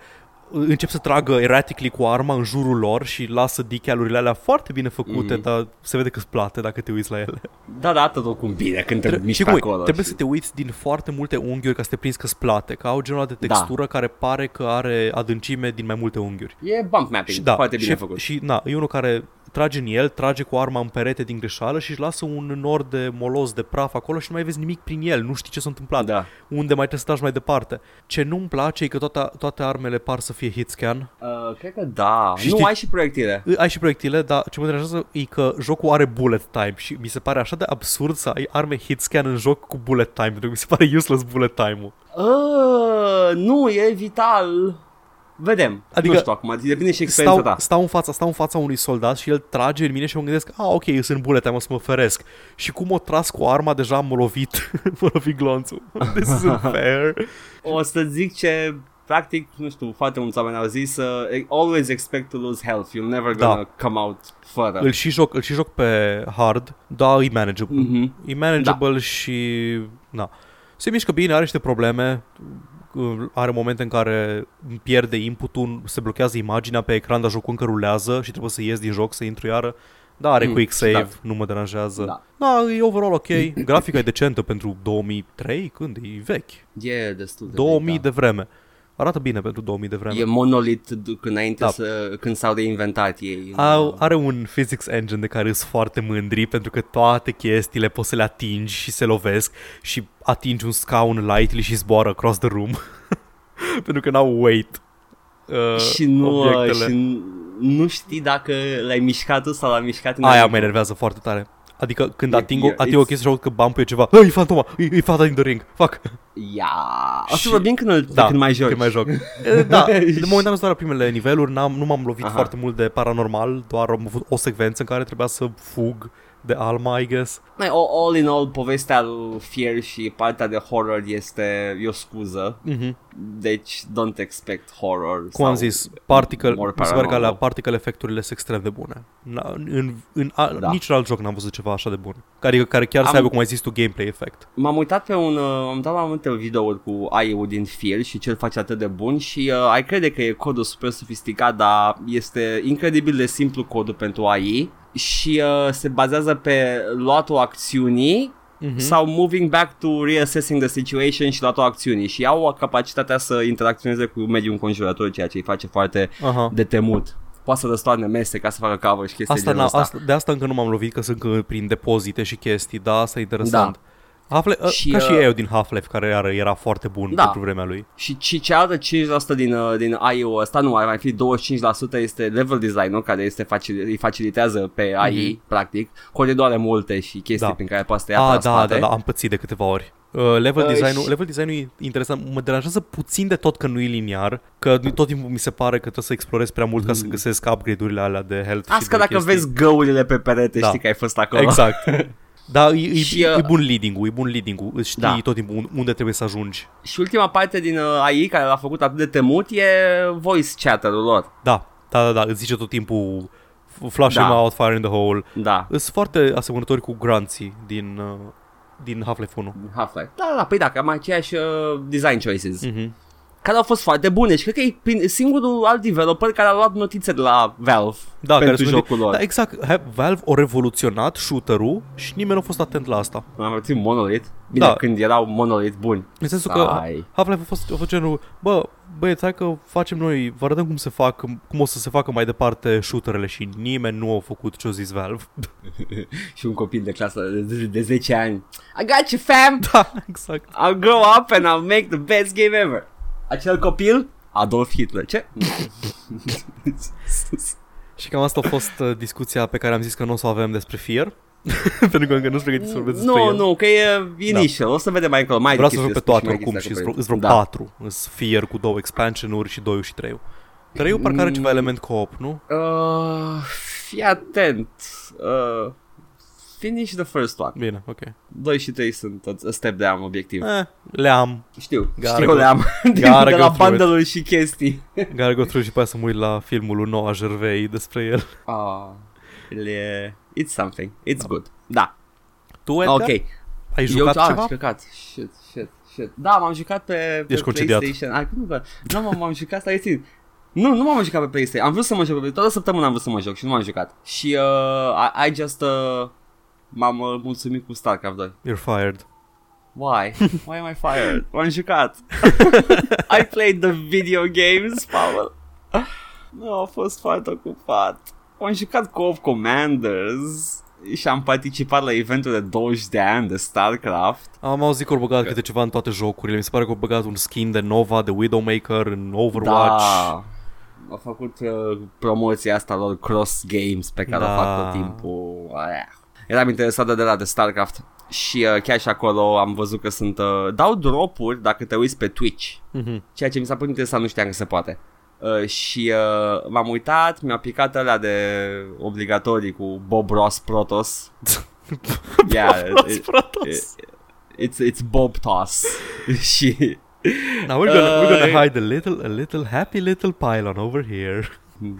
[SPEAKER 2] încep să tragă erratically cu arma în jurul lor și lasă decalurile alea foarte bine
[SPEAKER 1] Mm.
[SPEAKER 2] făcute, mm-hmm. dar se vede că îți plate dacă te uiți la ele.
[SPEAKER 1] Da, da, tot oricum bine când te
[SPEAKER 2] Trebuie-
[SPEAKER 1] miști
[SPEAKER 2] știi
[SPEAKER 1] pe
[SPEAKER 2] cum e?
[SPEAKER 1] acolo.
[SPEAKER 2] Trebuie
[SPEAKER 1] și-
[SPEAKER 2] să te uiți din foarte multe unghiuri ca să te prinzi că splate, că au genul ăla de textură da. care pare că are adâncime din mai multe unghiuri.
[SPEAKER 1] E bump mapping,
[SPEAKER 2] Și da,
[SPEAKER 1] foarte bine
[SPEAKER 2] și,
[SPEAKER 1] făcut.
[SPEAKER 2] Și na, e unul care trage în el, trage cu arma în perete din greșeală și își lasă un nor de molos de praf acolo și nu mai vezi nimic prin el, nu știi ce s-a întâmplat,
[SPEAKER 1] Da.
[SPEAKER 2] unde mai trebuie să tragi mai departe. Ce nu-mi place e că toate, toate armele par să fie hit scan.
[SPEAKER 1] Uh, cred că da.
[SPEAKER 2] Și
[SPEAKER 1] nu,
[SPEAKER 2] știi-
[SPEAKER 1] ai și proiectile.
[SPEAKER 2] Ai și proiectile, dar ce mă deranjează e că jocul are bullet time și mi se pare așa de absurd să ai arme hit scan în joc cu bullet time, pentru că mi se pare useless bullet time-ul.
[SPEAKER 1] Uh, nu, e vital. Vedem. Adică,
[SPEAKER 2] Adică-
[SPEAKER 1] nu știu acum, depinde și experiența
[SPEAKER 2] Stau,
[SPEAKER 1] ta.
[SPEAKER 2] stau, în fața, stau în fața unui soldat și el trage în mine și mă gândesc, a, ok, eu sunt bullet time, o să mă feresc. Și cum o tras cu arma, deja m-a lovit, m-a lovit glonțul. This isn't fair.
[SPEAKER 1] O să zic ce practic, nu știu, foarte mulți oameni au zis uh, always expect to lose health. You're never
[SPEAKER 2] Da.
[SPEAKER 1] gonna come out fără.
[SPEAKER 2] Îl și joc, îl și joc pe hard, dar e manageable.
[SPEAKER 1] Mhm.
[SPEAKER 2] E manageable și... Na. Se mișcă bine, are niște probleme, uh, are momente în care îmi pierde inputul, se blochează imaginea pe ecran, dar jocul încă rulează și trebuie să ies din joc, să intru iară. Da, are
[SPEAKER 1] Mm,
[SPEAKER 2] mm, quick save,
[SPEAKER 1] da.
[SPEAKER 2] da. nu mă deranjează.
[SPEAKER 1] Da.
[SPEAKER 2] Da. da, e overall ok. Grafica e decentă pentru 2003, când e vechi.
[SPEAKER 1] E destul de
[SPEAKER 2] 2000
[SPEAKER 1] vechi,
[SPEAKER 2] de vreme. Arată bine pentru 2000 de
[SPEAKER 1] da.
[SPEAKER 2] vreme.
[SPEAKER 1] E monolit d- când, înainte
[SPEAKER 2] Da.
[SPEAKER 1] să, când s-au reinventat ei. da.
[SPEAKER 2] Au, are un physics engine de care sunt foarte mândri pentru că toate chestiile poți să le atingi și se lovesc și atingi un scaun lightly și zboară across the room pentru că n-au weight. Uh,
[SPEAKER 1] și nu, uh,
[SPEAKER 2] obiectele.
[SPEAKER 1] și n- nu știi dacă l-ai mișcat tu sau l-ai mișcat
[SPEAKER 2] Aia
[SPEAKER 1] înainte.
[SPEAKER 2] mă enervează foarte tare. Adică când
[SPEAKER 1] E-
[SPEAKER 2] ating,
[SPEAKER 1] e-
[SPEAKER 2] o, ating o
[SPEAKER 1] it's-
[SPEAKER 2] chestie și aud că bam e ceva, "Ă, e fantoma, e, e fata din The Ring, fac.
[SPEAKER 1] Ia. O să
[SPEAKER 2] Și-
[SPEAKER 1] vorbim când, îl-
[SPEAKER 2] Da,
[SPEAKER 1] când mai joci.
[SPEAKER 2] Când mai joc. E, da, de momentan sunt doar la primele niveluri, n-am, nu m-am lovit
[SPEAKER 1] Aha.
[SPEAKER 2] Aha. foarte mult de paranormal, doar am avut o secvență în care trebuia să fug de Alma, I guess.
[SPEAKER 1] Mai, all, all in all, povestea lui Fear și partea de horror este, e o scuză,
[SPEAKER 2] Mhm.
[SPEAKER 1] deci don't expect horror.
[SPEAKER 2] Cum am zis, particle,
[SPEAKER 1] more
[SPEAKER 2] mi se pare că
[SPEAKER 1] paranormal.
[SPEAKER 2] la particle efecturile sunt extrem de bune. Na, în, în a,
[SPEAKER 1] Da.
[SPEAKER 2] da. niciun alt joc n-am văzut ceva așa de bun. Adică care chiar
[SPEAKER 1] Am-
[SPEAKER 2] să aibă, cum ai zis tu, gameplay effect.
[SPEAKER 1] M-am uitat pe un, uh, am dat la un multe videouri cu AI-ul din Fear și ce face atât de bun și uh, ai crede că e codul super sofisticat, dar este incredibil de simplu codul pentru AI și uh, se bazează pe luatul acțiunii Mm-hmm. sau moving back to reassessing the situation și luatul acțiunii și au capacitatea să interacționeze cu mediul înconjurător, ceea ce îi face foarte
[SPEAKER 2] Aha.
[SPEAKER 1] de temut. Poate să răstoarne mese ca să facă cover și chestii
[SPEAKER 2] Ah. Asta,
[SPEAKER 1] genul
[SPEAKER 2] n-a,
[SPEAKER 1] ăsta.
[SPEAKER 2] asta, de asta încă nu m-am lovit, că sunt încă prin depozite și chestii, da, asta e interesant. Da. Half-Life, uh,
[SPEAKER 1] Și,
[SPEAKER 2] ca și
[SPEAKER 1] uh,
[SPEAKER 2] eu din Half-Life, care iară era foarte bun
[SPEAKER 1] Da.
[SPEAKER 2] pentru vremea lui.
[SPEAKER 1] Și, și cealaltă 5% din, uh, din AI-ul ăsta, nu, ar mai fi 25% este level design-ul care este facil, îi facilitează pe AI, mm-hmm. practic, coridoare multe și chestii
[SPEAKER 2] Mhm. Da.
[SPEAKER 1] da. prin care poate să te ia
[SPEAKER 2] Ah,
[SPEAKER 1] pe
[SPEAKER 2] da,
[SPEAKER 1] la spate.
[SPEAKER 2] da, da, am pățit de câteva ori. Uh, level,
[SPEAKER 1] Uh,
[SPEAKER 2] design-ul,
[SPEAKER 1] și-
[SPEAKER 2] level design-ul e interesant, mă deranjează puțin de tot că nu e liniar, că tot timpul mi se pare că trebuie să explorez prea mult ca să găsesc upgrade-urile alea de health și
[SPEAKER 1] Asta
[SPEAKER 2] de
[SPEAKER 1] dacă
[SPEAKER 2] chestii.
[SPEAKER 1] vezi găurile pe perete,
[SPEAKER 2] Da.
[SPEAKER 1] da. știi că ai fost acolo.
[SPEAKER 2] Exact. Da, e, e,
[SPEAKER 1] Și,
[SPEAKER 2] e,
[SPEAKER 1] uh,
[SPEAKER 2] e bun leading-ul, e bun leading-ul, îți știi
[SPEAKER 1] Da.
[SPEAKER 2] tot timpul un- unde trebuie să ajungi.
[SPEAKER 1] Și ultima parte din uh, AI care l-a făcut atât de temut e voice chatter-ul lor.
[SPEAKER 2] Da, da, da, da, îți zice tot timpul f- flush
[SPEAKER 1] Da.
[SPEAKER 2] him out, fire in the hole.
[SPEAKER 1] Da,
[SPEAKER 2] Sunt foarte asemănători cu granții din, uh, din Half-Life 1.
[SPEAKER 1] Half-Life. Da, da, păi da, cam aceiași uh, design choices.
[SPEAKER 2] Mhm.
[SPEAKER 1] Care au fost foarte bune și cred că e prin- singurul alt developer care a luat notițe de la Valve
[SPEAKER 2] Da,
[SPEAKER 1] pentru
[SPEAKER 2] sunt-
[SPEAKER 1] jocul lor.
[SPEAKER 2] Da, exact. Ha- Valve a revoluționat shooter-ul și nimeni nu a fost atent la asta.
[SPEAKER 1] Am reținut Monolith. Bine,
[SPEAKER 2] Da.
[SPEAKER 1] da. când erau Monolith buni.
[SPEAKER 2] În sensul că
[SPEAKER 1] Ai.
[SPEAKER 2] Half-Life a fost, a fost genul, bă, băieți, hai că facem noi, vă arătăm cum se fac, cum o să se facă mai departe shooterele și nimeni nu a făcut ce a zis Valve.
[SPEAKER 1] Și un copil de clasă de, de 10 ani. I got you, fam!
[SPEAKER 2] Da, exact.
[SPEAKER 1] I'll grow up and I'll make the best game ever. Acel copil? Adolf Hitler. Ce?
[SPEAKER 2] Și cam asta a fost uh, discuția pe care am zis că nu o să o avem despre Fear. Pentru că încă nu-s pregătit să vorbesc despre
[SPEAKER 1] nu,
[SPEAKER 2] el. Da.
[SPEAKER 1] nu, că e initial. O să vedem mai încolo. Mai
[SPEAKER 2] Vreau să
[SPEAKER 1] chestii
[SPEAKER 2] joc pe
[SPEAKER 1] despre-
[SPEAKER 2] toate
[SPEAKER 1] mai
[SPEAKER 2] oricum și
[SPEAKER 1] chestii
[SPEAKER 2] sunt
[SPEAKER 1] despre-
[SPEAKER 2] vreo- sunt vreo
[SPEAKER 1] da.
[SPEAKER 2] patru. Sunt Fear cu două expansion-uri și 2 și 3 3 parcă are ceva element co-op, nu?
[SPEAKER 1] Uh, fii atent. Uh, finish the first one.
[SPEAKER 2] Bine, ok.
[SPEAKER 1] 2 și 3 sunt a a step down obiectiv.
[SPEAKER 2] Eh, le-am.
[SPEAKER 1] Știu,
[SPEAKER 2] Gara
[SPEAKER 1] știu,
[SPEAKER 2] go-
[SPEAKER 1] le-am. Din-
[SPEAKER 2] gara
[SPEAKER 1] de
[SPEAKER 2] go
[SPEAKER 1] la
[SPEAKER 2] through it.
[SPEAKER 1] bundle și chestii.
[SPEAKER 2] Gara go through și pe aia să mă uit la filmul lui Noah Gervais despre el.
[SPEAKER 1] Ah, le... It's something. It's da. good. Da.
[SPEAKER 2] Tu, Edgar,
[SPEAKER 1] Ok.
[SPEAKER 2] Păi da. ai jucat
[SPEAKER 1] Eu, ah,
[SPEAKER 2] ceva?
[SPEAKER 1] am jucat. Shit, shit, shit. Da, m-am jucat pe, pe
[SPEAKER 2] Ești concediat.
[SPEAKER 1] PlayStation. Ai, nu, bă, nu m-am- m-am jucat, stai țin. Nu, nu m-am jucat pe PlayStation. Am vrut să mă joc pe Toată săptămâna am vrut să mă joc și nu m-am jucat. Și uh, I, I just... Uh, m-am uh, mulțumit cu StarCraft 2.
[SPEAKER 2] You're fired.
[SPEAKER 1] Why? Why am I fired? M-am jucat. I played the video games, Pavel. Nu, a fost foarte ocupat. Am jucat Co-op Commanders și am participat la eventul de 20 de ani de StarCraft.
[SPEAKER 2] Am auzit că au băgat câte ceva în toate jocurile. Mi se pare că au băgat un skin de Nova, de Widowmaker, în Overwatch.
[SPEAKER 1] Da. Au făcut uh, promoția asta lor cross games pe care
[SPEAKER 2] Da.
[SPEAKER 1] o fac tot timpul. Aia. Eram interesat de de la de StarCraft și uh, chiar și acolo am văzut că sunt uh, dau dropuri dacă te uiți pe Twitch.
[SPEAKER 2] Mhm.
[SPEAKER 1] Ceea ce mi s-a părut interesant, nu știam că se poate. Uh, și uh, m-am uitat, mi-a picat alea de obligatorii cu Bob Ross Protos. yeah,
[SPEAKER 2] Prost,
[SPEAKER 1] it,
[SPEAKER 2] prost.
[SPEAKER 1] it's, it's Bob Toss. și
[SPEAKER 2] Now we're gonna, we're
[SPEAKER 1] Uh,
[SPEAKER 2] gonna hide a little, a little happy little pylon over here.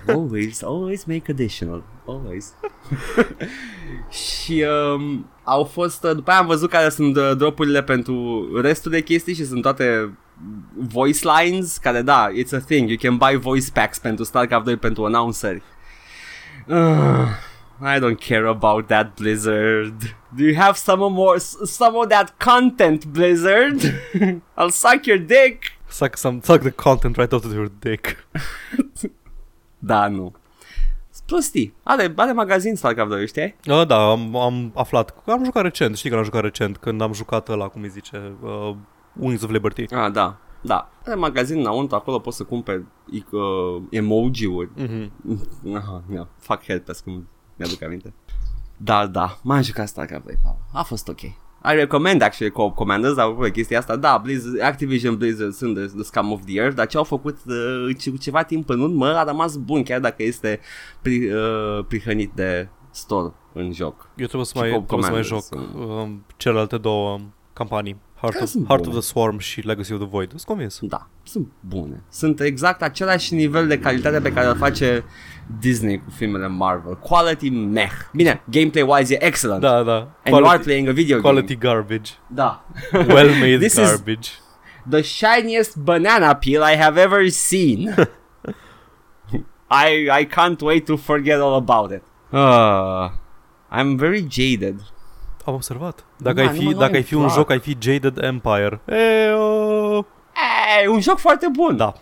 [SPEAKER 1] always, always make additional. Always. și um, au fost, uh, după aia am văzut care sunt uh, dropurile pentru restul de chestii și sunt toate voice lines care da, it's a thing, you can buy voice packs pentru StarCraft 2 pentru announceri. Uh, I don't care about that Blizzard. Do you have some more some of that content Blizzard? I'll suck your dick.
[SPEAKER 2] Suck some, suck the content right out of your dick.
[SPEAKER 1] Da, nu. Prostii. Are, are magazin StarCraft 2, știi?
[SPEAKER 2] Da, da, am, am aflat. Am jucat recent, știi că l-am jucat recent, când am jucat ăla, cum îi zice, uh, Wings of Liberty.
[SPEAKER 1] Ah, da. Da. Are magazin înăuntru, acolo poți să cumperi ic- uh, emoji-uri.
[SPEAKER 2] Mm-hmm.
[SPEAKER 1] Aha, yeah. Fac helpers când mi-aduc aminte. Dar da, m-am jucat StarCraft 2, Paul. A fost ok. I recommend actually co-op commanders, dar apropo de chestia asta, da, Blizzard, Activision Blizzard sunt the, the scum of the earth, dar ce au făcut uh, ce- cu ceva timp în urmă a rămas bun, chiar dacă este pri, uh, prihănit de store în joc.
[SPEAKER 2] Eu trebuie să
[SPEAKER 1] Și
[SPEAKER 2] mai,
[SPEAKER 1] Cobb
[SPEAKER 2] trebuie să mai
[SPEAKER 1] Commanders,
[SPEAKER 2] joc um, celelalte două um, campanii. Heart,
[SPEAKER 1] Care
[SPEAKER 2] of,
[SPEAKER 1] sunt
[SPEAKER 2] Heart of
[SPEAKER 1] bune.
[SPEAKER 2] the Swarm și Legacy of the Void. Sunt convins.
[SPEAKER 1] Da, sunt bune. Sunt exact același nivel de calitate pe care îl face Disney cu filmele Marvel. Quality meh. Bine, gameplay-wise e excellent.
[SPEAKER 2] Da, da.
[SPEAKER 1] And you are playing a video
[SPEAKER 2] quality garbage.
[SPEAKER 1] game. Da.
[SPEAKER 2] Well made
[SPEAKER 1] This is-
[SPEAKER 2] garbage.
[SPEAKER 1] The shiniest banana peel I have ever seen. I I can't wait to forget all about it. Uh, I'm very jaded.
[SPEAKER 2] Am observat. Dacă,
[SPEAKER 1] Da,
[SPEAKER 2] ai,
[SPEAKER 1] nu mă-
[SPEAKER 2] fi,
[SPEAKER 1] nu
[SPEAKER 2] dacă
[SPEAKER 1] mi-e
[SPEAKER 2] ai fi un
[SPEAKER 1] plac.
[SPEAKER 2] joc, ai fi Jaded Empire. E, o...
[SPEAKER 1] Eh, E un joc foarte bun.
[SPEAKER 2] Da.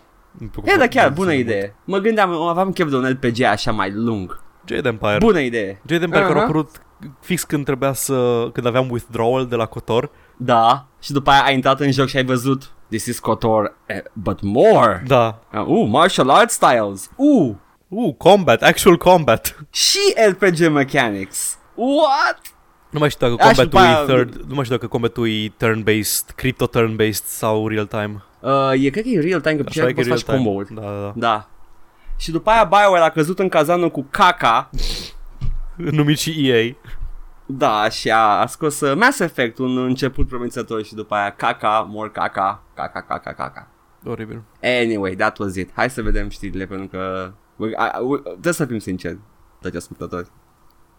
[SPEAKER 1] E, da, chiar, bună idee. Mă gândeam, aveam chef de un LPG așa mai lung.
[SPEAKER 2] Jade Empire.
[SPEAKER 1] Bună idee.
[SPEAKER 2] Jade Empire care a
[SPEAKER 1] Aha.
[SPEAKER 2] apărut fix când trebuia să... Când aveam withdrawal de la Cotor.
[SPEAKER 1] Da, și după aia ai intrat în joc și ai văzut This is KOTOR, eh, but more
[SPEAKER 2] Da.
[SPEAKER 1] uh, Uh, martial arts styles Uh,
[SPEAKER 2] Uh, combat, actual combat.
[SPEAKER 1] și RPG mechanics What?
[SPEAKER 2] Nu mai știu dacă
[SPEAKER 1] Da, și
[SPEAKER 2] combatul
[SPEAKER 1] după
[SPEAKER 2] e
[SPEAKER 1] aia-
[SPEAKER 2] third, nu mai știu dacă combatul e turn-based, crypto-turn-based sau real-time.
[SPEAKER 1] Uh, e, cred că e real time, că pe
[SPEAKER 2] Așa e
[SPEAKER 1] ce
[SPEAKER 2] că e
[SPEAKER 1] poți să faci
[SPEAKER 2] real-time.
[SPEAKER 1] combo-uri
[SPEAKER 2] Da, da, da.
[SPEAKER 1] Da și după aia BioWare a căzut în cazanul cu caca
[SPEAKER 2] Numit și EA.
[SPEAKER 1] Da, și a, a scos uh, Mass Effect Un început promițător și după aia caca, more caca, caca, caca, caca
[SPEAKER 2] Oribil.
[SPEAKER 1] Anyway, that was it. Hai să vedem știrile pentru că we, I, we, trebuie să fim sinceri, toți ascultători.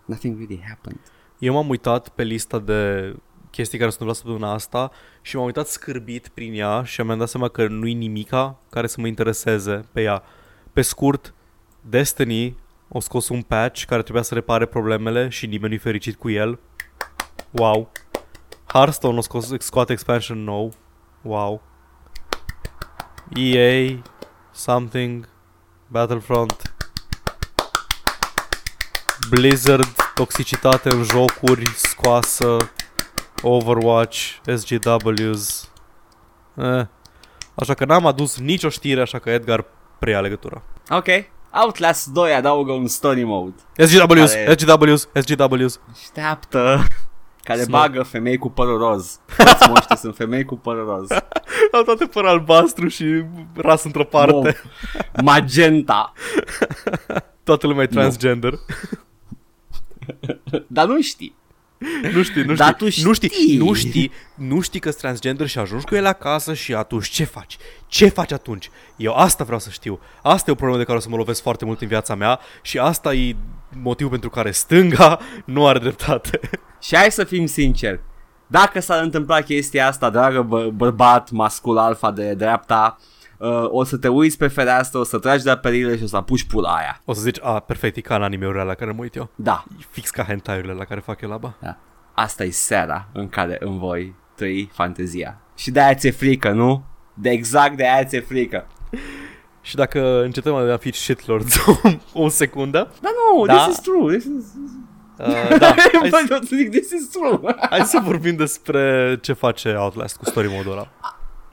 [SPEAKER 1] Nothing really happened.
[SPEAKER 2] Eu m-am uitat pe lista de chestii care s-au întâmplat săptămâna asta și m-am uitat scârbit prin ea și mi-am dat seama că nu-i nimica care să mă intereseze pe ea. Pe scurt, Destiny a scos un patch care trebuia să repare problemele și nimeni nu-i fericit cu el. Wow. Hearthstone a scos, scoate expansion nou. Wow. EA, something, Battlefront, Blizzard, toxicitate în jocuri, scoasă, Overwatch, SGWs. Eh. Așa că n-am adus nicio știre, așa că Edgar preia legătura.
[SPEAKER 1] Ok. Outlast 2 adaugă un story mode.
[SPEAKER 2] SGWs,
[SPEAKER 1] Care-
[SPEAKER 2] SGWs, SGWs.
[SPEAKER 1] Așteaptă. Care
[SPEAKER 2] Smart.
[SPEAKER 1] bagă femei cu părul roz. Toți moștii sunt femei cu părul roz.
[SPEAKER 2] Au toate păr albastru și ras într-o parte.
[SPEAKER 1] Wow. Magenta.
[SPEAKER 2] Toată lumea e
[SPEAKER 1] Nu.
[SPEAKER 2] transgender.
[SPEAKER 1] Dar nu știi.
[SPEAKER 2] Nu știi, nu știi.
[SPEAKER 1] Dar tu
[SPEAKER 2] Nu știi,
[SPEAKER 1] știi.
[SPEAKER 2] nu știi, nu știi că transgender și ajungi cu el acasă și atunci ce faci? Ce faci atunci? Eu asta vreau să știu. Asta e o problemă de care o să mă lovesc foarte mult în viața mea și asta e motivul pentru care stânga nu are dreptate.
[SPEAKER 1] Și hai să fim sinceri. Dacă s-ar întâmpla chestia asta, dragă bă- bărbat mascul alfa de dreapta, uh, o să te uiți pe fereastră, o să tragi de perile și o să apuci pula aia.
[SPEAKER 2] O să zici, a, perfect, e ca în anime-urile alea la care mă uit eu.
[SPEAKER 1] Da.
[SPEAKER 2] E fix ca hentai-urile la care fac eu laba.
[SPEAKER 1] Da. Asta e seara în care în voi trăi fantezia. Și de-aia ți-e frică, nu? De exact de-aia ți-e frică.
[SPEAKER 2] Și dacă încetăm de a fi shitlords o, o secundă,
[SPEAKER 1] Dar nu,
[SPEAKER 2] Da.
[SPEAKER 1] da. this is true. This is...
[SPEAKER 2] uh, da,
[SPEAKER 1] Bă,
[SPEAKER 2] hai, să-
[SPEAKER 1] eu zic, this is true.
[SPEAKER 2] hai, să vorbim despre ce face Outlast cu story mode-ul ăla.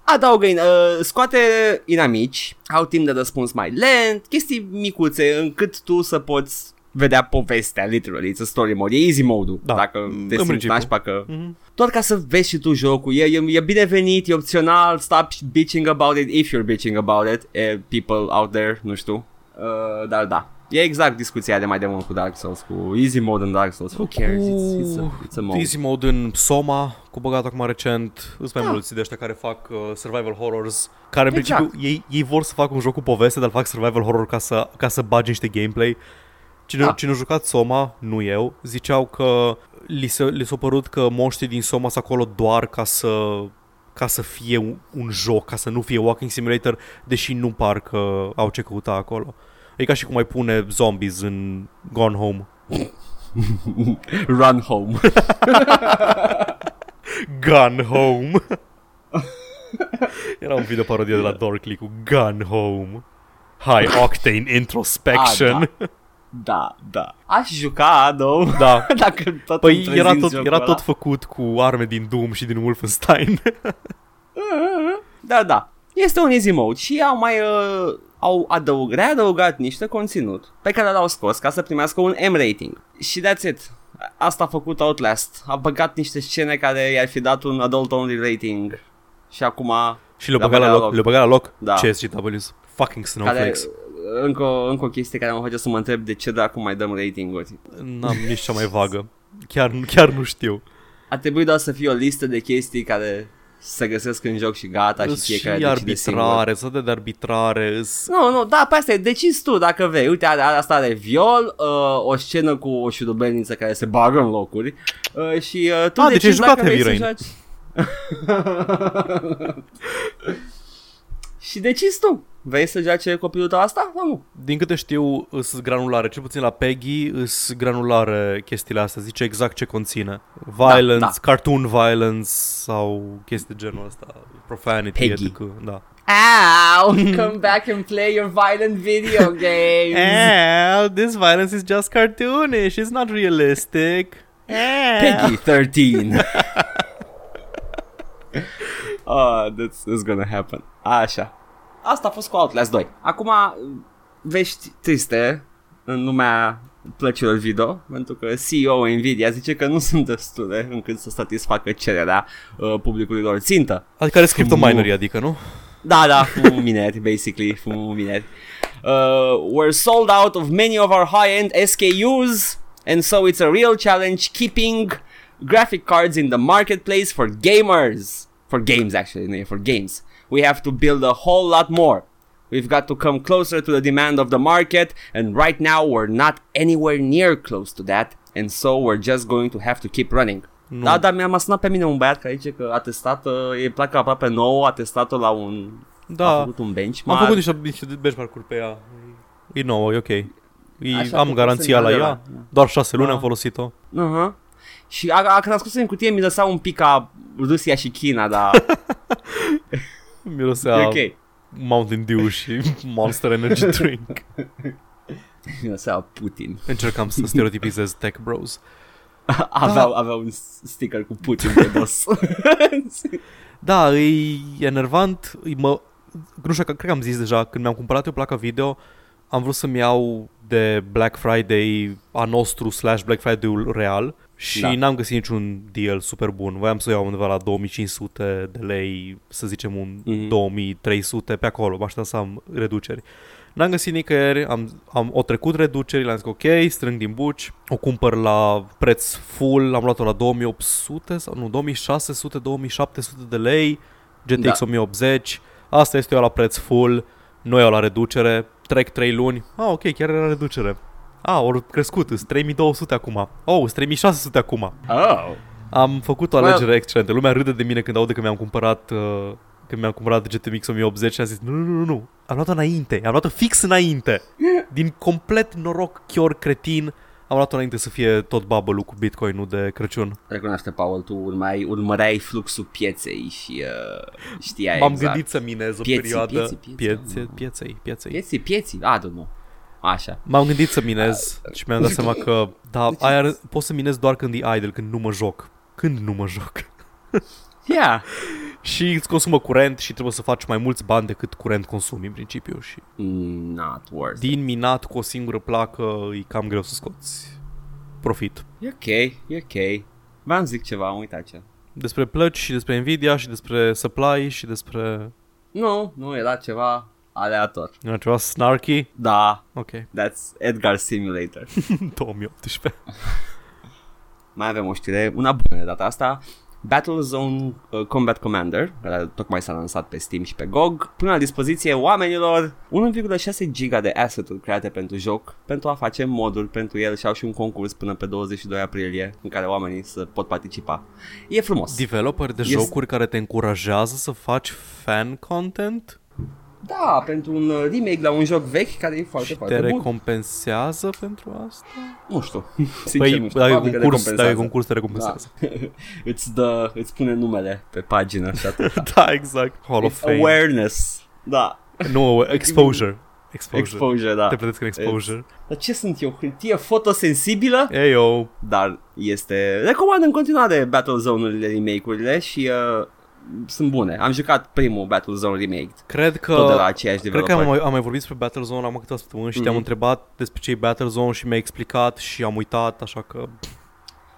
[SPEAKER 1] Adaugă, in, uh, scoate inamici, au timp de răspuns mai lent, chestii micuțe încât tu să poți vedea povestea, literally, it's a story mode, e easy mode-ul,
[SPEAKER 2] Da,
[SPEAKER 1] da. dacă
[SPEAKER 2] în
[SPEAKER 1] te simți
[SPEAKER 2] principiu. Mhm.
[SPEAKER 1] nașpa că... Mm-hmm. Doar ca să vezi și tu jocul, e, e, e binevenit, e opțional, stop bitching about it, if you're bitching about it, e, people out there, nu știu, uh, dar da. E exact discuția de mai demult cu Dark Souls, cu easy mode în Dark Souls, who cares, it's, it's, a, it's a mode.
[SPEAKER 2] Easy mode în Soma, cu băgat acum recent. Sunt mai
[SPEAKER 1] Da.
[SPEAKER 2] mulți de ăștia care fac uh, survival horrors, care în
[SPEAKER 1] Exact.
[SPEAKER 2] principiu ei, ei vor să facă un joc cu poveste, dar fac survival horror ca să, ca să bagi niște gameplay. Cine,
[SPEAKER 1] Da.
[SPEAKER 2] cine a jucat Soma, nu eu, ziceau că li s-a, li s-a părut că moștii din Soma sunt acolo doar ca să ca să fie un, un joc, ca să nu fie walking simulator, deși nu par că au ce căuta acolo. E ca și cum ai pune zombies în Gone Home.
[SPEAKER 1] Run home.
[SPEAKER 2] Gun Home. Era un video parodie de la Dorkly cu Gun Home. High Octane Introspection.
[SPEAKER 1] Ah, da, da. Aș juca, Adam.
[SPEAKER 2] da.
[SPEAKER 1] Dacă tot
[SPEAKER 2] Păi
[SPEAKER 1] îmi trezim
[SPEAKER 2] era tot,
[SPEAKER 1] jocul
[SPEAKER 2] era
[SPEAKER 1] ăla.
[SPEAKER 2] tot făcut cu arme din Doom și din Wolfenstein.
[SPEAKER 1] Da, da. Este un easy mode și au mai... Uh, au adăug, readăugat niște conținut pe care l-au scos ca să primească un M rating. Și that's it. Asta a făcut Outlast. A băgat niște scene care i-ar fi dat un adult only rating. Și acum
[SPEAKER 2] și le-o
[SPEAKER 1] Da,
[SPEAKER 2] băga
[SPEAKER 1] băga la
[SPEAKER 2] la loc.
[SPEAKER 1] loc.
[SPEAKER 2] Le-o băga la loc.
[SPEAKER 1] Da.
[SPEAKER 2] CSGWs.
[SPEAKER 1] care,
[SPEAKER 2] Fucking Snowflakes.
[SPEAKER 1] încă, o- încă o chestie care mă face să mă întreb de ce dracu mai dăm rating-uri.
[SPEAKER 2] N-am nici cea mai vagă. Chiar, chiar nu știu.
[SPEAKER 1] ar trebui doar să fie o listă de chestii care se găsesc în joc și gata Da, și fiecare
[SPEAKER 2] și
[SPEAKER 1] decide singur.
[SPEAKER 2] arbitrare, să de arbitrare, îs-
[SPEAKER 1] Nu, nu, da, pe asta e, decizi tu dacă vrei. Uite, are, are asta are viol, uh, o scenă cu o șurubelniță care se bagă în locuri uh, și uh, tu
[SPEAKER 2] Ah, deci
[SPEAKER 1] decizi
[SPEAKER 2] ai jucat
[SPEAKER 1] dacă vrei
[SPEAKER 2] Heavy
[SPEAKER 1] să joci. și decizi tu. Vrei să joace copilul tău asta sau nu?
[SPEAKER 2] din câte știu, îs granulare, cel puțin la Peggy, îs granulare chestiile astea, zice exact ce conține. Violence,
[SPEAKER 1] da.
[SPEAKER 2] cartoon violence sau chestii de genul ăsta, profanity,
[SPEAKER 1] Peggy.
[SPEAKER 2] etc. Da.
[SPEAKER 1] Ow, come back and play your violent video games.
[SPEAKER 2] Ow, this violence is just cartoonish, it's not realistic.
[SPEAKER 1] Peggy 13. Ah, that's, that's gonna happen. Așa. Asta a fost cu Outlast 2. Acum, vești triste în lumea plăcilor video, pentru că CEO Nvidia zice că nu sunt destule încât să satisfacă cererea uh, publicului lor țintă.
[SPEAKER 2] Adică are scriptominerii, adică, nu?
[SPEAKER 1] Da, da, fumăm mineri, basically, fumăm mineri. Uh, we're sold out of many of our high-end SKUs, and so it's a real challenge keeping graphic cards in the marketplace for gamers. For games, actually, no, for games. We have to build a whole lot more. We've got to come closer to the demand of the market, and right now we're not anywhere near close to that, and so we're just going to have to keep running.
[SPEAKER 2] Nu.
[SPEAKER 1] Da, dar mi-a mai sunat pe mine un băiat care zice că a testat, uh, e placa aproape nouă, a testat-o la un...
[SPEAKER 2] Da.
[SPEAKER 1] A făcut un benchmark.
[SPEAKER 2] M-am făcut niște, niște benchmark-uri pe ea. E nouă, e ok. E,
[SPEAKER 1] Așa
[SPEAKER 2] am
[SPEAKER 1] că
[SPEAKER 2] garanția
[SPEAKER 1] sunt
[SPEAKER 2] la
[SPEAKER 1] de
[SPEAKER 2] ea.
[SPEAKER 1] la-
[SPEAKER 2] Doar șase luni
[SPEAKER 1] Da.
[SPEAKER 2] am folosit-o.
[SPEAKER 1] Uh-huh. Și a, a, când a scos în cutie mi lăsa un pic ca Rusia și China, dar
[SPEAKER 2] Mirosea
[SPEAKER 1] e
[SPEAKER 2] okay.
[SPEAKER 1] ok.
[SPEAKER 2] Mountain Dew și Monster Energy Drink.
[SPEAKER 1] Mi lăsa Putin.
[SPEAKER 2] Încercam să stereotipizez Tech Bros.
[SPEAKER 1] Aveau, aveau un sticker cu Putin pe dos.
[SPEAKER 2] Da, e enervant, e mă... Nu știu, cred că am zis deja, când mi-am cumpărat eu placa video, am vrut să-mi iau de Black Friday a nostru slash Black Friday-ul real și
[SPEAKER 1] Da.
[SPEAKER 2] da. n-am găsit niciun deal super bun. Voiam să o iau undeva la 2500 de lei, să zicem un
[SPEAKER 1] Mhm.
[SPEAKER 2] mm-hmm. 2300 pe acolo, mă așteptam să am reduceri. N-am găsit nicăieri, am, am o trecut reduceri, le-am zis că ok, strâng din buci, o cumpăr la preț full, am luat-o la 2800 sau nu, 2600, 2700 de lei, GTX
[SPEAKER 1] Da.
[SPEAKER 2] da. 1080, asta este eu la preț full, nu iau la reducere, trec 3 luni, ah ok, chiar era reducere. A, au crescut, sunt 3200 acum, oh, sunt 3600 acum.
[SPEAKER 1] oh.
[SPEAKER 2] Am făcut o
[SPEAKER 1] Well-
[SPEAKER 2] alegere excelentă. Lumea râde de mine când aude că mi-am cumpărat uh, când mi-am cumpărat GTX 1080 și a zis nu, nu, nu, nu, am luat-o înainte, am luat-o fix înainte. Din complet noroc, chior, cretin, am luat-o înainte să fie tot bubble cu bitcoin nu de Crăciun.
[SPEAKER 1] Recunoaște, Paul, tu urmai, urmăreai fluxul pieței și uh, știai
[SPEAKER 2] M-am
[SPEAKER 1] exact.
[SPEAKER 2] gândit să minez o
[SPEAKER 1] Pieții,
[SPEAKER 2] perioadă
[SPEAKER 1] pieții, pieții,
[SPEAKER 2] piețe, pieței, pieței.
[SPEAKER 1] Pieții, pieții, a, ah, nu. Așa.
[SPEAKER 2] M-am gândit să minez
[SPEAKER 1] Ah.
[SPEAKER 2] și mi-am dat seama că da,
[SPEAKER 1] Deci
[SPEAKER 2] aia ar- pot să minez doar când e idle, când nu mă joc. Când nu mă joc.
[SPEAKER 1] Yeah.
[SPEAKER 2] Și îți consumă curent și trebuie să faci mai mulți bani decât curent consumi în principiu și
[SPEAKER 1] Mm, Not worth.
[SPEAKER 2] din minat cu o singură placă e cam greu să scoți profit.
[SPEAKER 1] E ok, e ok. V-am zic ceva, am uitat ce.
[SPEAKER 2] Despre plăci și despre Nvidia și despre supply și despre
[SPEAKER 1] Nu, nu, era ceva aleator.
[SPEAKER 2] era ceva snarky.
[SPEAKER 1] Da,
[SPEAKER 2] Ok,
[SPEAKER 1] that's Edgar Simulator.
[SPEAKER 2] 2018.
[SPEAKER 1] Mai avem o știre, una bună de data asta. Battlezone uh, Combat Commander, care tocmai s-a lansat pe Steam și pe GOG, pune la dispoziție oamenilor 1,6 giga de asset-uri create pentru joc, pentru a face modul pentru el și au și un concurs până pe 22 aprilie în care oamenii să pot participa. E frumos.
[SPEAKER 2] Developer de
[SPEAKER 1] Este-
[SPEAKER 2] jocuri care te încurajează să faci fan content
[SPEAKER 1] Da, pentru un uh, remake la un joc vechi care e foarte,
[SPEAKER 2] și te
[SPEAKER 1] foarte bun.
[SPEAKER 2] recompensează pentru asta?
[SPEAKER 1] Nu știu. Sincer,
[SPEAKER 2] Păi,
[SPEAKER 1] nu știu.
[SPEAKER 2] dacă e
[SPEAKER 1] Probabil că
[SPEAKER 2] concurs, dacă e
[SPEAKER 1] recompensează.
[SPEAKER 2] concurs, te
[SPEAKER 1] da.
[SPEAKER 2] recompensează.
[SPEAKER 1] îți, dă, îți pune numele pe pagină și atât.
[SPEAKER 2] Da, exact. Hall of Fame.
[SPEAKER 1] Awareness. Da.
[SPEAKER 2] Nu, exposure. Exposure.
[SPEAKER 1] Exposure, da.
[SPEAKER 2] Te plătesc în exposure.
[SPEAKER 1] Dar ce sunt eu? Hârtie fotosensibilă?
[SPEAKER 2] Ei, eu.
[SPEAKER 1] Dar este... Recomand în continuare Battlezone-urile, remake-urile și uh, sunt bune. Am jucat primul Battlezone remake.
[SPEAKER 2] Cred că...
[SPEAKER 1] Tot de la aceiași
[SPEAKER 2] Uh, Cred că am
[SPEAKER 1] developer.
[SPEAKER 2] mai, Mm-hmm. am mai vorbit despre Battlezone acum câteva săptămâni și te-am
[SPEAKER 1] Mhm.
[SPEAKER 2] întrebat despre ce e Battlezone și mi-ai explicat și am uitat, așa că...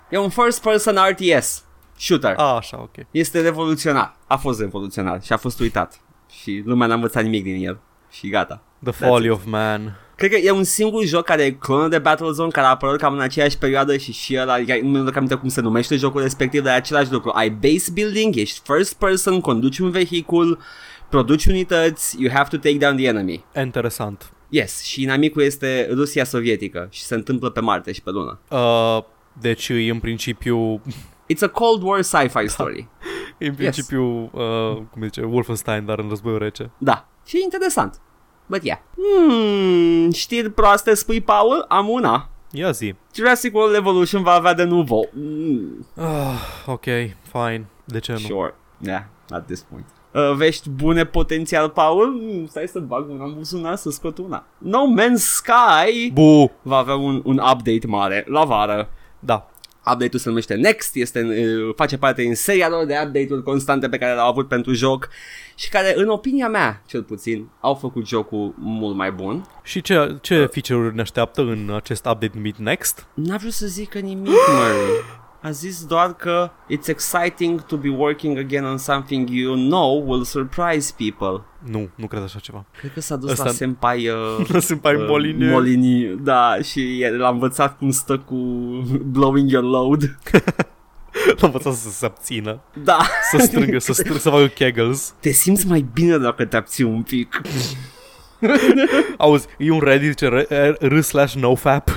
[SPEAKER 1] E un first person RTS. Shooter.
[SPEAKER 2] A, Ah, așa, ok.
[SPEAKER 1] Este revoluționar. A fost revoluționar și a fost uitat. Și lumea n-a învățat nimic din el. Și gata.
[SPEAKER 2] The Folly of Man.
[SPEAKER 1] Cred că e un singur joc care e clonă de Battlezone care a apărut cam în aceeași perioadă și și ăla, adică nu mi-aduc aminte cum se numește jocul respectiv, dar e același lucru. Ai base building, ești first person, conduci un vehicul, produci unități, you have to take down the enemy.
[SPEAKER 2] Interesant.
[SPEAKER 1] Yes, și inamicul este Rusia sovietică și se întâmplă pe Marte și pe Lună.
[SPEAKER 2] Uh, deci e în principiu
[SPEAKER 1] It's a Cold War sci-fi story.
[SPEAKER 2] e în principiu uh, cum zice Wolfenstein dar în războiul rece.
[SPEAKER 1] Da, și e interesant. But yeah. Hmm, știri proaste spui, Paul? Am una.
[SPEAKER 2] Ia zi.
[SPEAKER 1] Jurassic World Evolution va avea de nuvo. Mm,
[SPEAKER 2] Ah, ok, fine. De ce nu?
[SPEAKER 1] sure. Yeah, at this point. Uh, vești bune potențial, Paul? Mm, stai să bag una în buzunar să scot una. No Man's Sky
[SPEAKER 2] Bu.
[SPEAKER 1] va avea un, un update mare la vară.
[SPEAKER 2] Da.
[SPEAKER 1] Update-ul se numește Next, este, în- uh, face parte din seria lor de update-uri constante pe care le-au avut pentru joc și care, în opinia mea, cel puțin, au făcut jocul mult mai bun.
[SPEAKER 2] Și ce, ce feature-uri ne așteaptă în acest update numit Next?
[SPEAKER 1] N-a vrut să zică nimic, Murray. A zis doar că It's exciting to be working again on something you know will surprise people.
[SPEAKER 2] Nu, nu cred așa ceva.
[SPEAKER 1] Cred că s-a dus
[SPEAKER 2] Ăsta-
[SPEAKER 1] la senpai... Uh,
[SPEAKER 2] Senpai
[SPEAKER 1] uh,
[SPEAKER 2] Molinier.
[SPEAKER 1] Molini, da, și el l-a învățat cum stă cu blowing your load.
[SPEAKER 2] L-am învățat să se abțină,
[SPEAKER 1] Da,
[SPEAKER 2] să strângă, să, strângă, să facă kegels.
[SPEAKER 1] te simți mai bine dacă te abții un pic.
[SPEAKER 2] Auzi, e un Reddit ce r- r- slash nofap.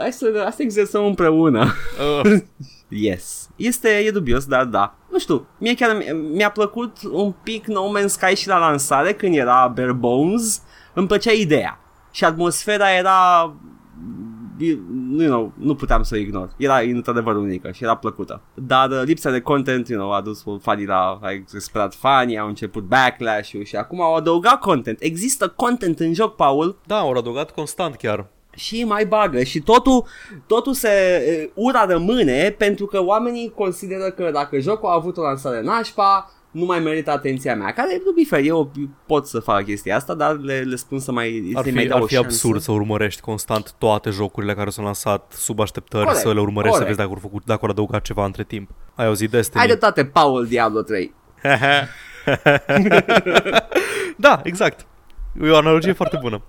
[SPEAKER 1] Hai să, hai să exersăm împreună.
[SPEAKER 2] Uh,
[SPEAKER 1] Yes. Este e dubios, dar da. Nu știu, mie chiar mi- mi-a plăcut un pic No Man's Sky și la lansare, când era bare bones, îmi plăcea ideea. Și atmosfera era... You know, nu puteam să o ignor. Era într-adevăr unică și era plăcută. Dar uh, lipsa de content, you know, a dus fanii la... A exasperat fanii, au început backlash-ul și acum au adăugat content. Există content în joc, Paul,
[SPEAKER 2] da, au adăugat constant chiar.
[SPEAKER 1] și mai bagă și totul, totul se e, ura rămâne pentru că oamenii consideră că dacă jocul a avut o lansare nașpa, nu mai merită atenția mea, care, nu bifer, eu pot să fac chestia asta, dar le, le spun să mai
[SPEAKER 2] Ar
[SPEAKER 1] să mai
[SPEAKER 2] fi,
[SPEAKER 1] dau
[SPEAKER 2] ar
[SPEAKER 1] o
[SPEAKER 2] fi
[SPEAKER 1] șansă.
[SPEAKER 2] absurd să urmărești constant toate jocurile care s-au lansat sub așteptări,
[SPEAKER 1] Corect,
[SPEAKER 2] să le urmărești, să
[SPEAKER 1] corect.
[SPEAKER 2] vezi dacă au, făcut, dacă au adăugat ceva între timp. Ai auzit Destiny?
[SPEAKER 1] Ai dreptate, Paul Diablo 3.
[SPEAKER 2] da, exact. E o analogie foarte bună.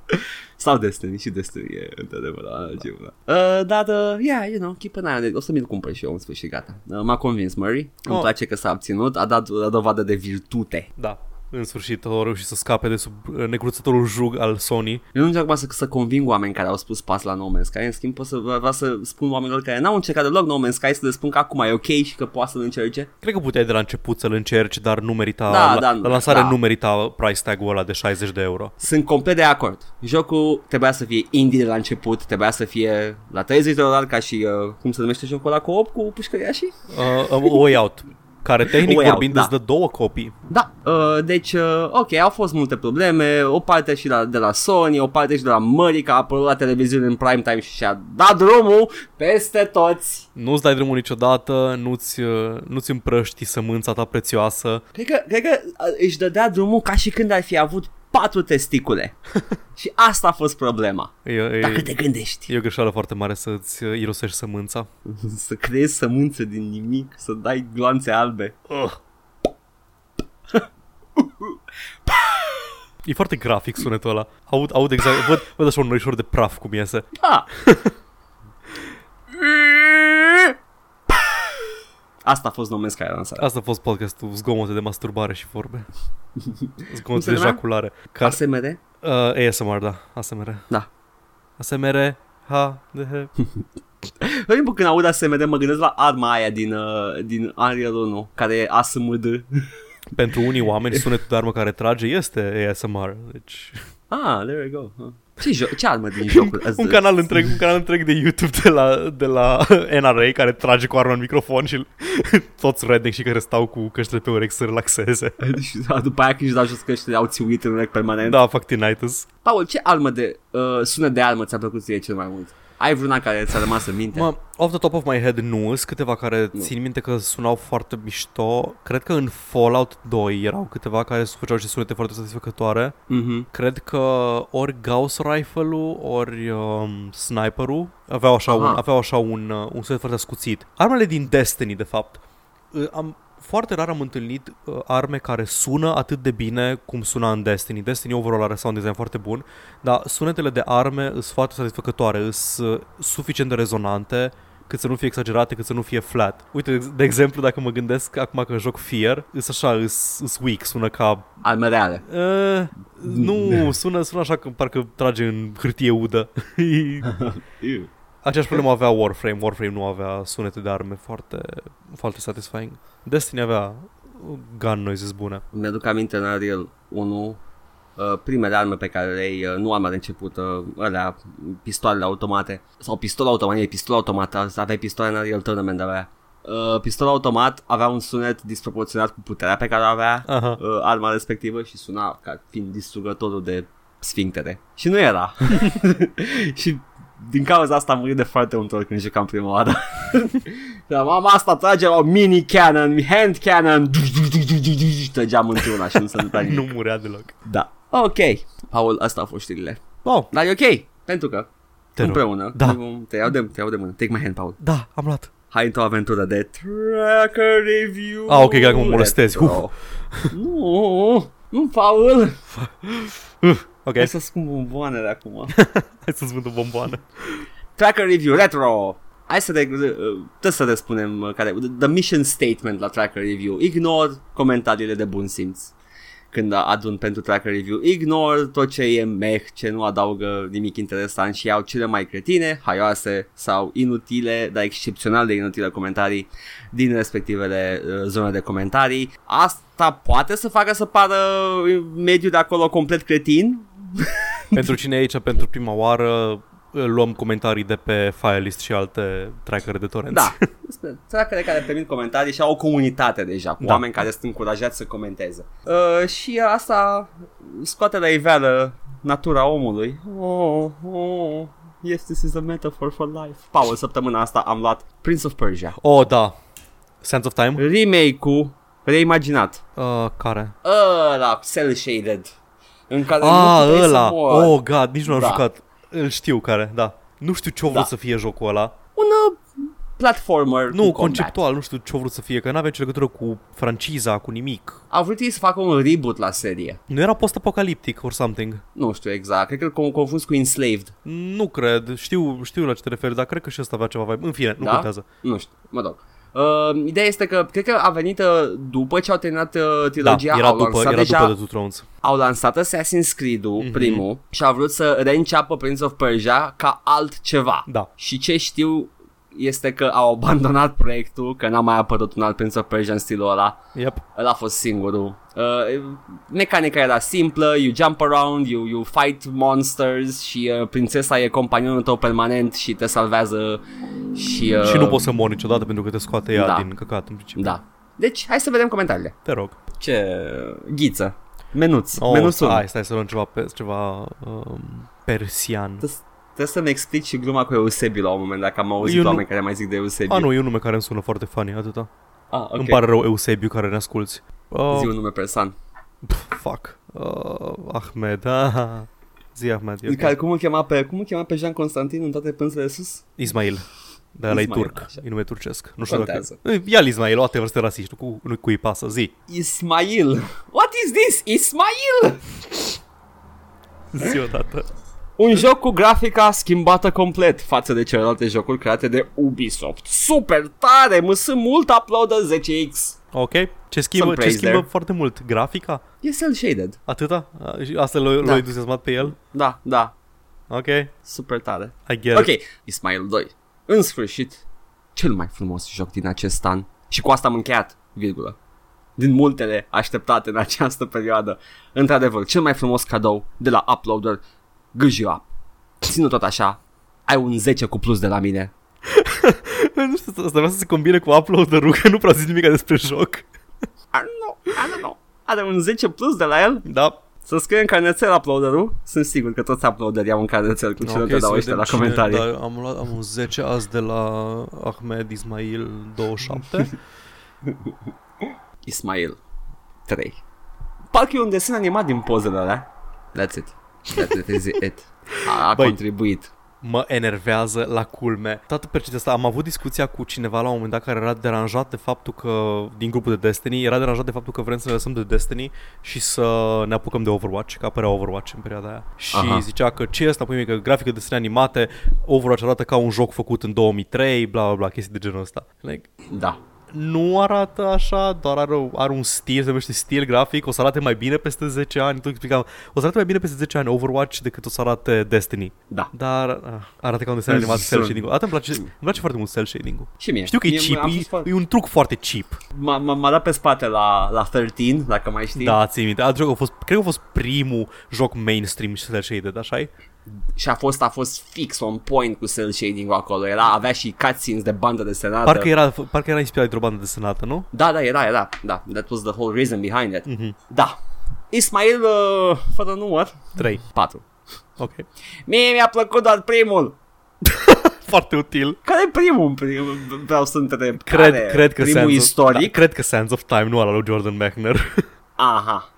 [SPEAKER 1] Sau Destiny și Destiny e într-adevăr analogie bună. Uh, dar, uh, yeah, you know, keep an eye on it. O să mi-l cumpăr și eu în sfârșit, gata. Uh, m-a convins Murray, îmi
[SPEAKER 2] Oh.
[SPEAKER 1] place că s-a abținut, a dat a dovadă de virtute.
[SPEAKER 2] Da. În sfârșit au reușit să scape de sub uh, necruțătorul jug al Sony.
[SPEAKER 1] Eu nu încerc acum să, să conving oameni care au spus pas la No Man's Sky, în schimb pot să vreau să spun oamenilor care n-au încercat deloc No Man's Sky să le spun că acum e ok și că poate să-l încerce.
[SPEAKER 2] Cred că puteai de la început să-l încerci, dar nu merita,
[SPEAKER 1] Da,
[SPEAKER 2] la,
[SPEAKER 1] da,
[SPEAKER 2] la lansare
[SPEAKER 1] da.
[SPEAKER 2] nu merita price tag-ul ăla de 60 de euro.
[SPEAKER 1] Sunt complet de acord. Jocul trebuia să fie indie de la început, trebuia să fie la 30 de dolari ca și, uh, cum se numește jocul ăla, co-op cu pușcăria și?
[SPEAKER 2] Uh, a way out, care tehnic
[SPEAKER 1] Way Out,
[SPEAKER 2] vorbind
[SPEAKER 1] da.
[SPEAKER 2] îți dă două copii.
[SPEAKER 1] Da, uh, deci uh, ok, au fost multe probleme, o parte și la, de la Sony, o parte și de la Mării, că a apărut la televiziune în prime time și și-a dat drumul peste toți.
[SPEAKER 2] Nu-ți dai drumul niciodată, nu-ți, uh, nu-ți împrăști sămânța ta prețioasă.
[SPEAKER 1] Cred că, cred că uh, își dădea drumul ca și când ar fi avut patru testicule. și asta a fost problema.
[SPEAKER 2] E, e,
[SPEAKER 1] Dacă te gândești.
[SPEAKER 2] e o greșeală foarte mare să-ți uh, irosești sămânța.
[SPEAKER 1] Să creezi sămânță din nimic, să dai gloanțe albe.
[SPEAKER 2] E foarte grafic sunetul ăla. Aud, aud exact, văd, văd așa un norișor de praf cum iese.
[SPEAKER 1] Da. Asta a fost numesc care lansat.
[SPEAKER 2] Asta a fost podcastul Zgomote de masturbare și vorbe
[SPEAKER 1] Cum
[SPEAKER 2] Zgomote
[SPEAKER 1] se
[SPEAKER 2] de
[SPEAKER 1] numea?
[SPEAKER 2] ejaculare
[SPEAKER 1] da.
[SPEAKER 2] Ca,
[SPEAKER 1] ASMR?
[SPEAKER 2] uh, ASMR, da ASMR
[SPEAKER 1] Da.
[SPEAKER 2] ASMR Ha, de he.
[SPEAKER 1] Tot timpul când aud ASMR mă gândesc la arma aia din, uh, din Unreal 1, care e ASMD.
[SPEAKER 2] Pentru unii oameni sunetul de armă care trage este ASMR deci,
[SPEAKER 1] ah, there we go. Ah. Ce, jo- ce armă din jocul
[SPEAKER 2] un, canal întreg, un canal întreg de YouTube de la, de la NRA care trage cu armă în microfon și toți redneck și care stau cu căștile pe urechi să relaxeze
[SPEAKER 1] Și da, după aia când își dau jos căștile au țiuit în rec permanent. Da.
[SPEAKER 2] Da, fac tinnitus
[SPEAKER 1] Paul, ce armă de uh, sunet de armă ți-a plăcut ție cel mai mult? Ai vreuna care ți-a rămas în minte?
[SPEAKER 2] Mă, off the top of my head nu sunt câteva care nu. țin minte că sunau foarte mișto. Cred că în Fallout 2 erau câteva care făceau și sunete foarte satisfăcătoare.
[SPEAKER 1] Mhm.
[SPEAKER 2] Cred că ori Gauss Rifle-ul, ori um, Sniper-ul aveau așa,
[SPEAKER 1] Aha.
[SPEAKER 2] un, aveau așa un, uh, un sunet foarte ascuțit. Armele din Destiny, de fapt. Uh, Am, foarte rar am întâlnit uh, arme care sună atât de bine cum suna în Destiny. Destiny overall are sound design foarte bun, dar sunetele de arme sunt foarte satisfăcătoare, sunt uh, suficient de rezonante cât să nu fie exagerate, cât să nu fie flat. Uite, de exemplu, dacă mă gândesc acum că joc Fear, îs așa, îs, îs weak, sună ca...
[SPEAKER 1] Arme reale.
[SPEAKER 2] Uh, nu, sună, sună așa că parcă trage în hârtie udă. Aceeași problemă avea Warframe. Warframe nu avea sunete de arme foarte, foarte satisfying. Destiny avea gun noises bune.
[SPEAKER 1] Mi-aduc aminte în Unreal 1 uh, primele arme pe care le ai, uh, nu arma de început, uh, alea, pistoalele automate, sau pistol automat, e pistol automat, aveai pistoale în Unreal Tournament de alea. Uh, pistol automat avea un sunet disproporționat cu puterea pe care o avea
[SPEAKER 2] Aha.
[SPEAKER 1] uh, arma respectivă și suna ca fiind distrugătorul de sfinctere. Și nu era. și din cauza asta am murit de foarte multe ori când jucam prima oară. Dar mama asta trage la o mini cannon, hand cannon, trăgeam într-una și nu se întâmpla nimic.
[SPEAKER 2] Nu murea deloc.
[SPEAKER 1] Da. Ok. Paul, asta au fost știrile.
[SPEAKER 2] Oh,
[SPEAKER 1] Dar e ok, pentru că
[SPEAKER 2] te rog.
[SPEAKER 1] împreună
[SPEAKER 2] Da.
[SPEAKER 1] ne vom, te, iau de, te iau de mână. Take my hand, Paul.
[SPEAKER 2] Da, am luat.
[SPEAKER 1] Hai într-o aventură de tracker review.
[SPEAKER 2] Ah, ok, gata că mă molestezi.
[SPEAKER 1] Retro. Nu, nu, Paul.
[SPEAKER 2] Ok,
[SPEAKER 1] Hai
[SPEAKER 2] hai să-
[SPEAKER 1] să scump bomboanele acum.
[SPEAKER 2] hai să-ți vând o bomboană.
[SPEAKER 1] Tracker Review Retro. Hai să, re- trebuie să răspunem uh, care, the mission statement la Tracker Review. Ignore comentariile de bun simț când adun pentru Tracker Review. Ignore tot ce e meh, ce nu adaugă nimic interesant și iau cele mai cretine, haioase sau inutile, dar excepțional de inutile comentarii din respectivele uh, zone de comentarii. Asta poate să facă să pară uh, mediul de acolo complet cretin,
[SPEAKER 2] Pentru cine e aici pentru prima oară, luăm comentarii de pe Firelist și alte trackere de torenți.
[SPEAKER 1] Da, Despre trackere care permit comentarii și au o comunitate deja, cu
[SPEAKER 2] Da.
[SPEAKER 1] da. oameni care sunt încurajați să comenteze. Uh, și asta scoate la iveală natura omului. Oh, oh, yes, this is a metaphor for life. Paul, săptămâna asta am luat Prince of Persia.
[SPEAKER 2] Oh, da. Sense of Time?
[SPEAKER 1] Remake-ul reimaginat.
[SPEAKER 2] Uh, care?
[SPEAKER 1] Ăla, cel shaded. În care
[SPEAKER 2] Ah,
[SPEAKER 1] nu puteai
[SPEAKER 2] ăla.
[SPEAKER 1] Să mori.
[SPEAKER 2] Oh, god, nici nu am
[SPEAKER 1] Da.
[SPEAKER 2] jucat. Îl știu care, da. Nu știu ce-o vrut
[SPEAKER 1] Da.
[SPEAKER 2] să fie jocul ăla.
[SPEAKER 1] Un uh, platformer
[SPEAKER 2] Nu,
[SPEAKER 1] cu combat.
[SPEAKER 2] conceptual, nu știu ce au vrut să fie, că n-avea nicio legătură cu franciza, cu nimic.
[SPEAKER 1] Au vrut ei să facă un reboot la serie.
[SPEAKER 2] Nu era post-apocaliptic or something.
[SPEAKER 1] Nu știu exact, cred că îl confuz cu Enslaved.
[SPEAKER 2] Nu cred, știu, știu la ce te referi, dar cred că și ăsta avea ceva vibe. În fine, nu
[SPEAKER 1] Da?
[SPEAKER 2] contează.
[SPEAKER 1] Nu știu, mă rog. Uh, ideea este că cred că a venit uh, după ce au terminat uh,
[SPEAKER 2] Da,
[SPEAKER 1] trilogia,
[SPEAKER 2] era
[SPEAKER 1] au
[SPEAKER 2] după,
[SPEAKER 1] lansat
[SPEAKER 2] era
[SPEAKER 1] deja,
[SPEAKER 2] după Mhm. The Two Thrones.
[SPEAKER 1] au lansat Assassin's Creed-ul, mm-hmm. primul, și au vrut să reînceapă Prince of Persia ca altceva.
[SPEAKER 2] Da.
[SPEAKER 1] Și ce știu este că au abandonat proiectul, că n-a mai apărut un alt Prince of Persia în stilul ăla.
[SPEAKER 2] Yep.
[SPEAKER 1] Ăla a fost singurul. Uh, mecanica era simplă, you jump around, you, you fight monsters și uh, prințesa e companionul tău permanent și te salvează și... Uh,
[SPEAKER 2] Și nu poți să mori niciodată pentru că te scoate ea
[SPEAKER 1] da.
[SPEAKER 2] din căcat în principiu.
[SPEAKER 1] Da. Deci, hai să vedem comentariile.
[SPEAKER 2] Te rog.
[SPEAKER 1] Ce ghiță? Menuț.
[SPEAKER 2] Oh,
[SPEAKER 1] Menuțul.
[SPEAKER 2] stai, stai să luăm ceva, pe, ceva um, persian.
[SPEAKER 1] Trebuie să- Trebuie să-mi explici și gluma cu Eusebiu la un moment, dacă am auzit
[SPEAKER 2] Eu nu-
[SPEAKER 1] oameni care mai zic de Eusebiu.
[SPEAKER 2] A, nu, e un nume care îmi sună foarte funny, atâta.
[SPEAKER 1] Ah, ok.
[SPEAKER 2] Îmi pare rău, Eusebiu, care ne asculti.
[SPEAKER 1] Zi
[SPEAKER 2] Uh,
[SPEAKER 1] un nume persan.
[SPEAKER 2] pf, fuck. Uh, Ahmed, ah, zi Ahmed. e ok.
[SPEAKER 1] Care, cum îl chema pe, cum îl chema pe Jean Constantin în toate pânzele sus?
[SPEAKER 2] Ismail. Dar ăla e
[SPEAKER 1] Ismail,
[SPEAKER 2] turc,
[SPEAKER 1] așa.
[SPEAKER 2] e nume turcesc. Nu știu
[SPEAKER 1] Contează.
[SPEAKER 2] dacă... Ia-l Ismail, o adevărat este rasist, nu cu, nu cui pasă, zi.
[SPEAKER 1] Ismail. What is this? Ismail!
[SPEAKER 2] Zi odată.
[SPEAKER 1] Un joc cu grafica schimbată complet față de celelalte jocuri create de Ubisoft. Super tare! Mă sunt mult uploadă 10x.
[SPEAKER 2] Ok, ce schimbă,
[SPEAKER 1] Some
[SPEAKER 2] ce
[SPEAKER 1] praise
[SPEAKER 2] schimbă
[SPEAKER 1] there.
[SPEAKER 2] foarte mult? Grafica?
[SPEAKER 1] E cel shaded.
[SPEAKER 2] Atâta? A, și Asta l-a
[SPEAKER 1] Da.
[SPEAKER 2] da. entuziasmat pe el?
[SPEAKER 1] Da, da.
[SPEAKER 2] Ok,
[SPEAKER 1] Super tare.
[SPEAKER 2] I get it.
[SPEAKER 1] Ok, Ismail 2. În sfârșit, cel mai frumos joc din acest an. Și cu asta am încheiat, virgulă. Din multele așteptate în această perioadă. Într-adevăr, cel mai frumos cadou de la Uploader, Gâjiu Up. Ținu tot așa, ai un 10 cu plus de la mine.
[SPEAKER 2] Nu știu, asta vrea să se combine cu uploader-ul, că nu prea zic nimic despre joc.
[SPEAKER 1] I don't know, I don't know. Are un 10 plus de la el?
[SPEAKER 2] Da.
[SPEAKER 1] Să scrie în carnețel uploaderul? Sunt sigur că toți uploaderii au în carnețel cu cine
[SPEAKER 2] Ok,
[SPEAKER 1] okay, te
[SPEAKER 2] să
[SPEAKER 1] dau ăștia
[SPEAKER 2] vedem
[SPEAKER 1] la
[SPEAKER 2] cine-
[SPEAKER 1] comentarii.
[SPEAKER 2] Da, am luat am un 10 azi de la Ahmed Ismail 27.
[SPEAKER 1] Ismail 3. Parcă e un desen animat din pozele alea. That's it. That, that is it. A, a
[SPEAKER 2] Băi.
[SPEAKER 1] contribuit.
[SPEAKER 2] mă enervează la culme. Toată percepția asta, am avut discuția cu cineva la un moment dat care era deranjat de faptul că, din grupul de Destiny, era deranjat de faptul că vrem să ne lăsăm de Destiny și să ne apucăm de Overwatch, că apărea Overwatch în perioada aia. Și
[SPEAKER 1] Aha.
[SPEAKER 2] Aha. zicea că ce e asta, pui că grafică de desene animate, Overwatch arată ca un joc făcut în 2003, bla bla bla, chestii de genul ăsta. Like,
[SPEAKER 1] Da.
[SPEAKER 2] nu arată așa, doar are, o- are un stil, se numește stil grafic, o să arate mai bine peste 10 ani, tu explicam, o să arate mai bine peste 10 ani Overwatch decât o să arate Destiny.
[SPEAKER 1] Da.
[SPEAKER 2] Dar ah, arată ca un desen animat
[SPEAKER 1] Sunt.
[SPEAKER 2] cel shading-ul. Atât îmi place, îmi place foarte mult cel shading-ul.
[SPEAKER 1] Și mie.
[SPEAKER 2] Știu că e
[SPEAKER 1] Mie-
[SPEAKER 2] cheap,
[SPEAKER 1] am
[SPEAKER 2] e,
[SPEAKER 1] fost foarte-
[SPEAKER 2] e un truc foarte cheap.
[SPEAKER 1] M-a, m-a m-a dat pe spate la, la 13, dacă mai știi.
[SPEAKER 2] Da, ții minte. Alt joc a fost, cred că a fost primul joc mainstream și cel shaded, așa e?
[SPEAKER 1] Și a fost, a fost fix on point cu cel shading acolo. Era, avea și cutscenes de bandă de senată.
[SPEAKER 2] Parcă era, parcă era inspirat de o bandă desenată, nu?
[SPEAKER 1] Da, da, era, era. Da, that was the whole reason behind it. Mm-hmm.
[SPEAKER 2] Mhm.
[SPEAKER 1] Da. Ismail, uh, fără număr,
[SPEAKER 2] 3.
[SPEAKER 1] 4.
[SPEAKER 2] Ok.
[SPEAKER 1] Mie mi-a plăcut doar primul.
[SPEAKER 2] Foarte util.
[SPEAKER 1] Care e primul? primul? Vreau să întreb.
[SPEAKER 2] Cred,
[SPEAKER 1] Care?
[SPEAKER 2] cred că
[SPEAKER 1] primul
[SPEAKER 2] Sands Of, da,
[SPEAKER 1] istoric.
[SPEAKER 2] cred că Sands of Time, nu ala lui Jordan Mechner. Da.
[SPEAKER 1] Aha.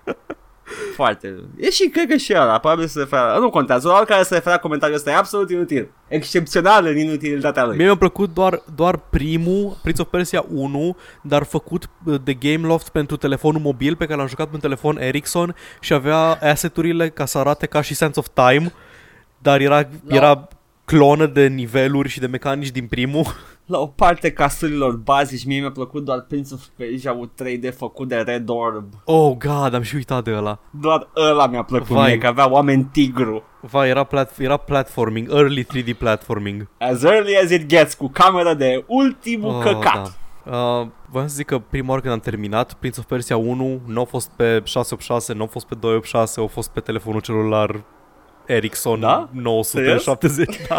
[SPEAKER 1] Foarte. E și cred că și ăla, probabil se referă. Nu contează, oricare se referă comentariul ăsta e absolut inutil. Excepțional în inutilitatea lui.
[SPEAKER 2] Mie mi-a plăcut doar, doar primul, Prince of Persia 1, dar făcut uh, de Game Loft pentru telefonul mobil pe care l-am jucat pe un telefon Ericsson și avea asset-urile ca să arate ca și Sense of Time, dar era, era clonă de niveluri și de mecanici din primul.
[SPEAKER 1] La o parte casurilor bazici, mie mi-a plăcut doar Prince of Persia u 3D făcut de Red Orb.
[SPEAKER 2] Oh, god, am și uitat de ăla.
[SPEAKER 1] Doar ăla mi-a plăcut
[SPEAKER 2] Vai.
[SPEAKER 1] mie, că avea oameni tigru.
[SPEAKER 2] Va, era, plat, era platforming, early 3D platforming.
[SPEAKER 1] As early as it gets, cu camera de ultimul oh, căcat. Da.
[SPEAKER 2] Da. Uh, voiam să zic că prima oară când am terminat Prince of Persia 1 nu a fost pe 686, nu a fost pe 286, a fost pe telefonul celular Ericsson
[SPEAKER 1] Da?
[SPEAKER 2] 970. Da.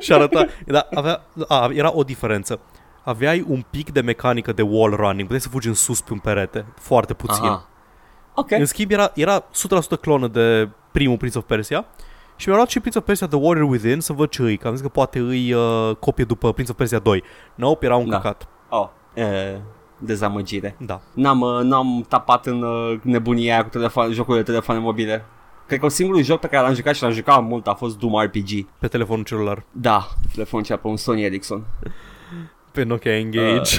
[SPEAKER 2] Și arăta, da, avea, a, era o diferență. Aveai un pic de mecanică de wall running, puteai să fugi în sus pe un perete, foarte puțin.
[SPEAKER 1] Aha. Ok.
[SPEAKER 2] În schimb, era, era 100% clonă de primul Prince of Persia și mi-a luat și Prince of Persia The Warrior Within să văd ce îi, că am zis că poate îi uh, copie după Prince of Persia 2. Nope, era un
[SPEAKER 1] Da.
[SPEAKER 2] da. căcat.
[SPEAKER 1] Oh, e, dezamăgire.
[SPEAKER 2] Da.
[SPEAKER 1] N-am, uh, n-am tapat în uh, nebunia aia cu telefon, jocul de telefoane mobile. Cred că singurul joc pe care l-am jucat și l-am jucat mult a fost Doom RPG.
[SPEAKER 2] Pe telefonul celular.
[SPEAKER 1] Da, telefonul cel pe un Sony Ericsson.
[SPEAKER 2] Pe Nokia Engage.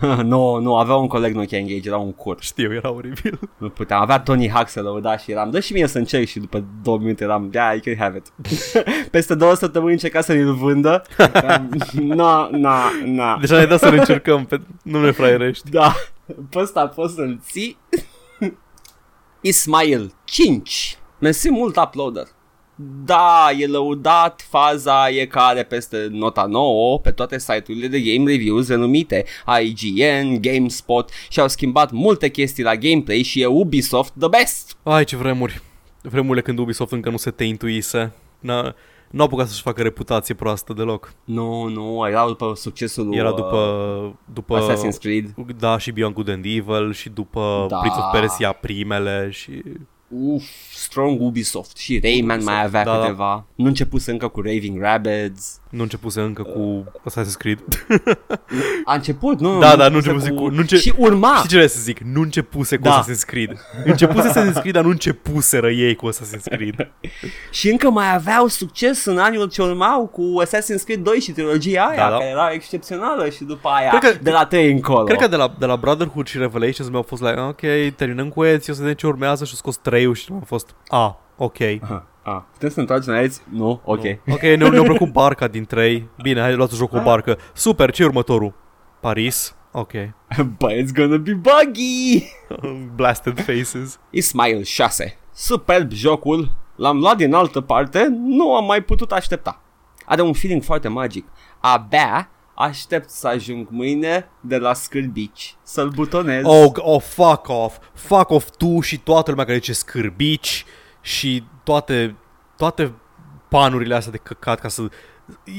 [SPEAKER 2] Uh.
[SPEAKER 1] nu, nu, avea un coleg Nokia Engage, era un cur.
[SPEAKER 2] Știu, era oribil.
[SPEAKER 1] Nu puteam, avea Tony Hawk să lăuda și eram, dă și mie să încerc și după două minute eram, yeah, you can have it. Peste două săptămâni încerca să mi-l vândă. Eram, na, na, na.
[SPEAKER 2] Deja ne-ai dat să ne încercăm, pe... nu ne fraierești.
[SPEAKER 1] Da, pe ăsta poți să-l ții. Ismail 5. Mersi mult uploader. Da, e lăudat, faza e care peste nota 9 pe toate site-urile de game reviews renumite, IGN, GameSpot și au schimbat multe chestii la gameplay și e Ubisoft the best.
[SPEAKER 2] Ai, ce vremuri. Vremurile când Ubisoft încă nu se te intuise. N-a... N-au apucat să-și facă reputație proastă deloc.
[SPEAKER 1] Nu, nu, era după succesul lui,
[SPEAKER 2] Era
[SPEAKER 1] uh,
[SPEAKER 2] după... uh, după...
[SPEAKER 1] Assassin's Creed.
[SPEAKER 2] Da, și Beyond Good and Evil și după
[SPEAKER 1] Da.
[SPEAKER 2] da. Prince of Persia primele și...
[SPEAKER 1] Uf, strong Ubisoft și Rayman
[SPEAKER 2] Ubisoft,
[SPEAKER 1] mai avea
[SPEAKER 2] da, da.
[SPEAKER 1] câteva. Nu începuse încă cu Raving Rabbids.
[SPEAKER 2] Nu începuse încă cu Assassin's Creed.
[SPEAKER 1] A început, nu?
[SPEAKER 2] Da, da, nu începuse cu... Nu înce...
[SPEAKER 1] Și urma.
[SPEAKER 2] Știi ce vreau să zic? Nu începuse cu
[SPEAKER 1] Da.
[SPEAKER 2] Assassin's Creed. Începuse Assassin's Creed, dar nu începuseră ei cu Assassin's Creed.
[SPEAKER 1] Și încă mai aveau succes în anul ce urmau cu Assassin's Creed 2 și trilogia aia,
[SPEAKER 2] Da, da.
[SPEAKER 1] care era excepțională și după aia,
[SPEAKER 2] Cred că-
[SPEAKER 1] de la 3 încolo.
[SPEAKER 2] Cred că de la, de la Brotherhood și Revelations mi-au fost like, ok, terminăm cu Ezio, să vedem ce urmează și-au scos 3 și am fost, a, ok.
[SPEAKER 1] Ah, ah. Putem să ne întoarcem la Ezio? Nu? Ok.
[SPEAKER 2] Ok, ne-a, ne-a plăcut barca din 3. Bine, hai, luați joc cu barcă. Super, ce următorul? Paris? Ok.
[SPEAKER 1] But it's gonna be buggy!
[SPEAKER 2] Blasted Faces.
[SPEAKER 1] Ismail 6. Superb jocul, l-am luat din altă parte, nu am mai putut aștepta. Are un feeling foarte magic. Abia aștept să ajung mâine de la Scârbici, să-l butonez.
[SPEAKER 2] Oh, g- oh, fuck off. Fuck off tu și toată lumea care zice scârbici și toate, toate panurile astea de căcat ca să...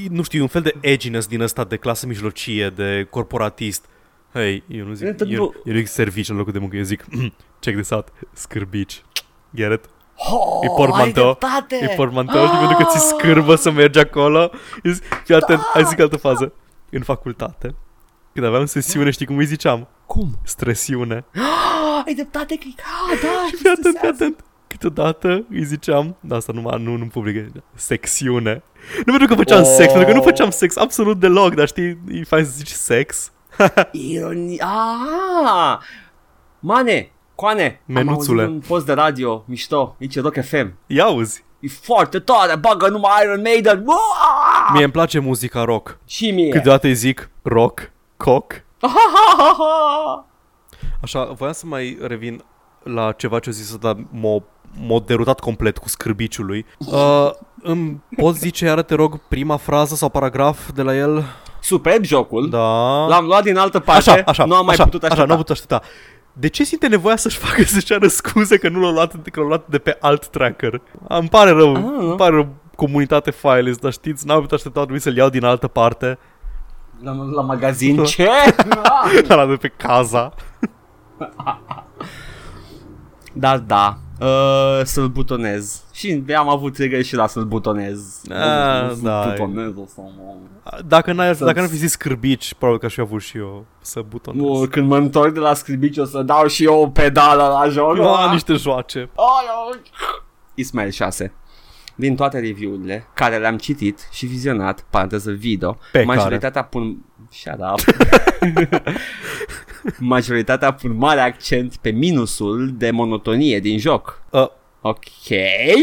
[SPEAKER 2] Nu știu, e un fel de edginess din ăsta de clasă mijlocie, de corporatist. Hei, eu nu zic,
[SPEAKER 1] Tot
[SPEAKER 2] eu,
[SPEAKER 1] timpul-
[SPEAKER 2] eu nu zic servici în locul de muncă, eu zic, check this out, scârbici. Get it? E portmanteau. E portmanteau și pentru că ți scârbă să mergi acolo. E zi- Fii atent, hai să zic altă fază. În facultate, când aveam sesiune, știi cum îi ziceam?
[SPEAKER 1] Cum?
[SPEAKER 2] Stresiune.
[SPEAKER 1] Ah, ai dreptate că ah, da,
[SPEAKER 2] Fii atent, fii atent. Cât câteodată îi ziceam, da, asta numai nu, nu în public, secțiune. Nu pentru că făceam oh. sex, pentru că nu făceam sex absolut deloc, dar știi, e fain să zici sex.
[SPEAKER 1] Ironia. Ah! Mane, coane,
[SPEAKER 2] Menuțule.
[SPEAKER 1] am auzit un post de radio mișto, aici e Rock FM.
[SPEAKER 2] Ia uzi,
[SPEAKER 1] E foarte tare, bagă numai Iron Maiden. Uaaah!
[SPEAKER 2] mie îmi place muzica rock.
[SPEAKER 1] Și mie.
[SPEAKER 2] Câteodată îi zic rock, cock.
[SPEAKER 1] Ahahaha!
[SPEAKER 2] Așa, voiam să mai revin la ceva ce a zis dar m-a, m-a derutat complet cu scârbiciului. Uh, îmi poți zice, iară te rog, prima frază sau paragraf de la el?
[SPEAKER 1] Superb jocul.
[SPEAKER 2] Da.
[SPEAKER 1] L-am luat din altă parte,
[SPEAKER 2] așa, așa,
[SPEAKER 1] nu am mai
[SPEAKER 2] așa,
[SPEAKER 1] putut
[SPEAKER 2] Așa,
[SPEAKER 1] aștepta.
[SPEAKER 2] nu am putut aștepta. De ce simte nevoia să-și facă să-și ceară scuze că nu l-a luat, că l-a luat de pe alt tracker? Ah, Îmi pare rău,
[SPEAKER 1] Ah.
[SPEAKER 2] îmi pare rău comunitate Files, dar știți, n-am putut aștepta, a trebuit să-l iau din altă parte,
[SPEAKER 1] La, la magazin, ce? Ah.
[SPEAKER 2] la de pe casa.
[SPEAKER 1] da, da. Uh, să-l butonez. Și am avut regări și la să-l butonez.
[SPEAKER 2] Ah,
[SPEAKER 1] Să-l
[SPEAKER 2] da.
[SPEAKER 1] Butonez o să
[SPEAKER 2] Dacă n-ai,
[SPEAKER 1] Să-
[SPEAKER 2] dacă n-ar fi zis scârbici, probabil că aș fi avut și eu să butonez.
[SPEAKER 1] Nu, când mă întorc de la scribici o să dau și eu o pedală la joc.
[SPEAKER 2] Ah, niște joace.
[SPEAKER 1] Aoleu! Ismail 6 din toate review-urile care le-am citit și vizionat, paranteză video,
[SPEAKER 2] Pe
[SPEAKER 1] majoritatea pun... Shut up. majoritatea pun mare accent pe minusul de monotonie din joc.
[SPEAKER 2] Uh,
[SPEAKER 1] Ok,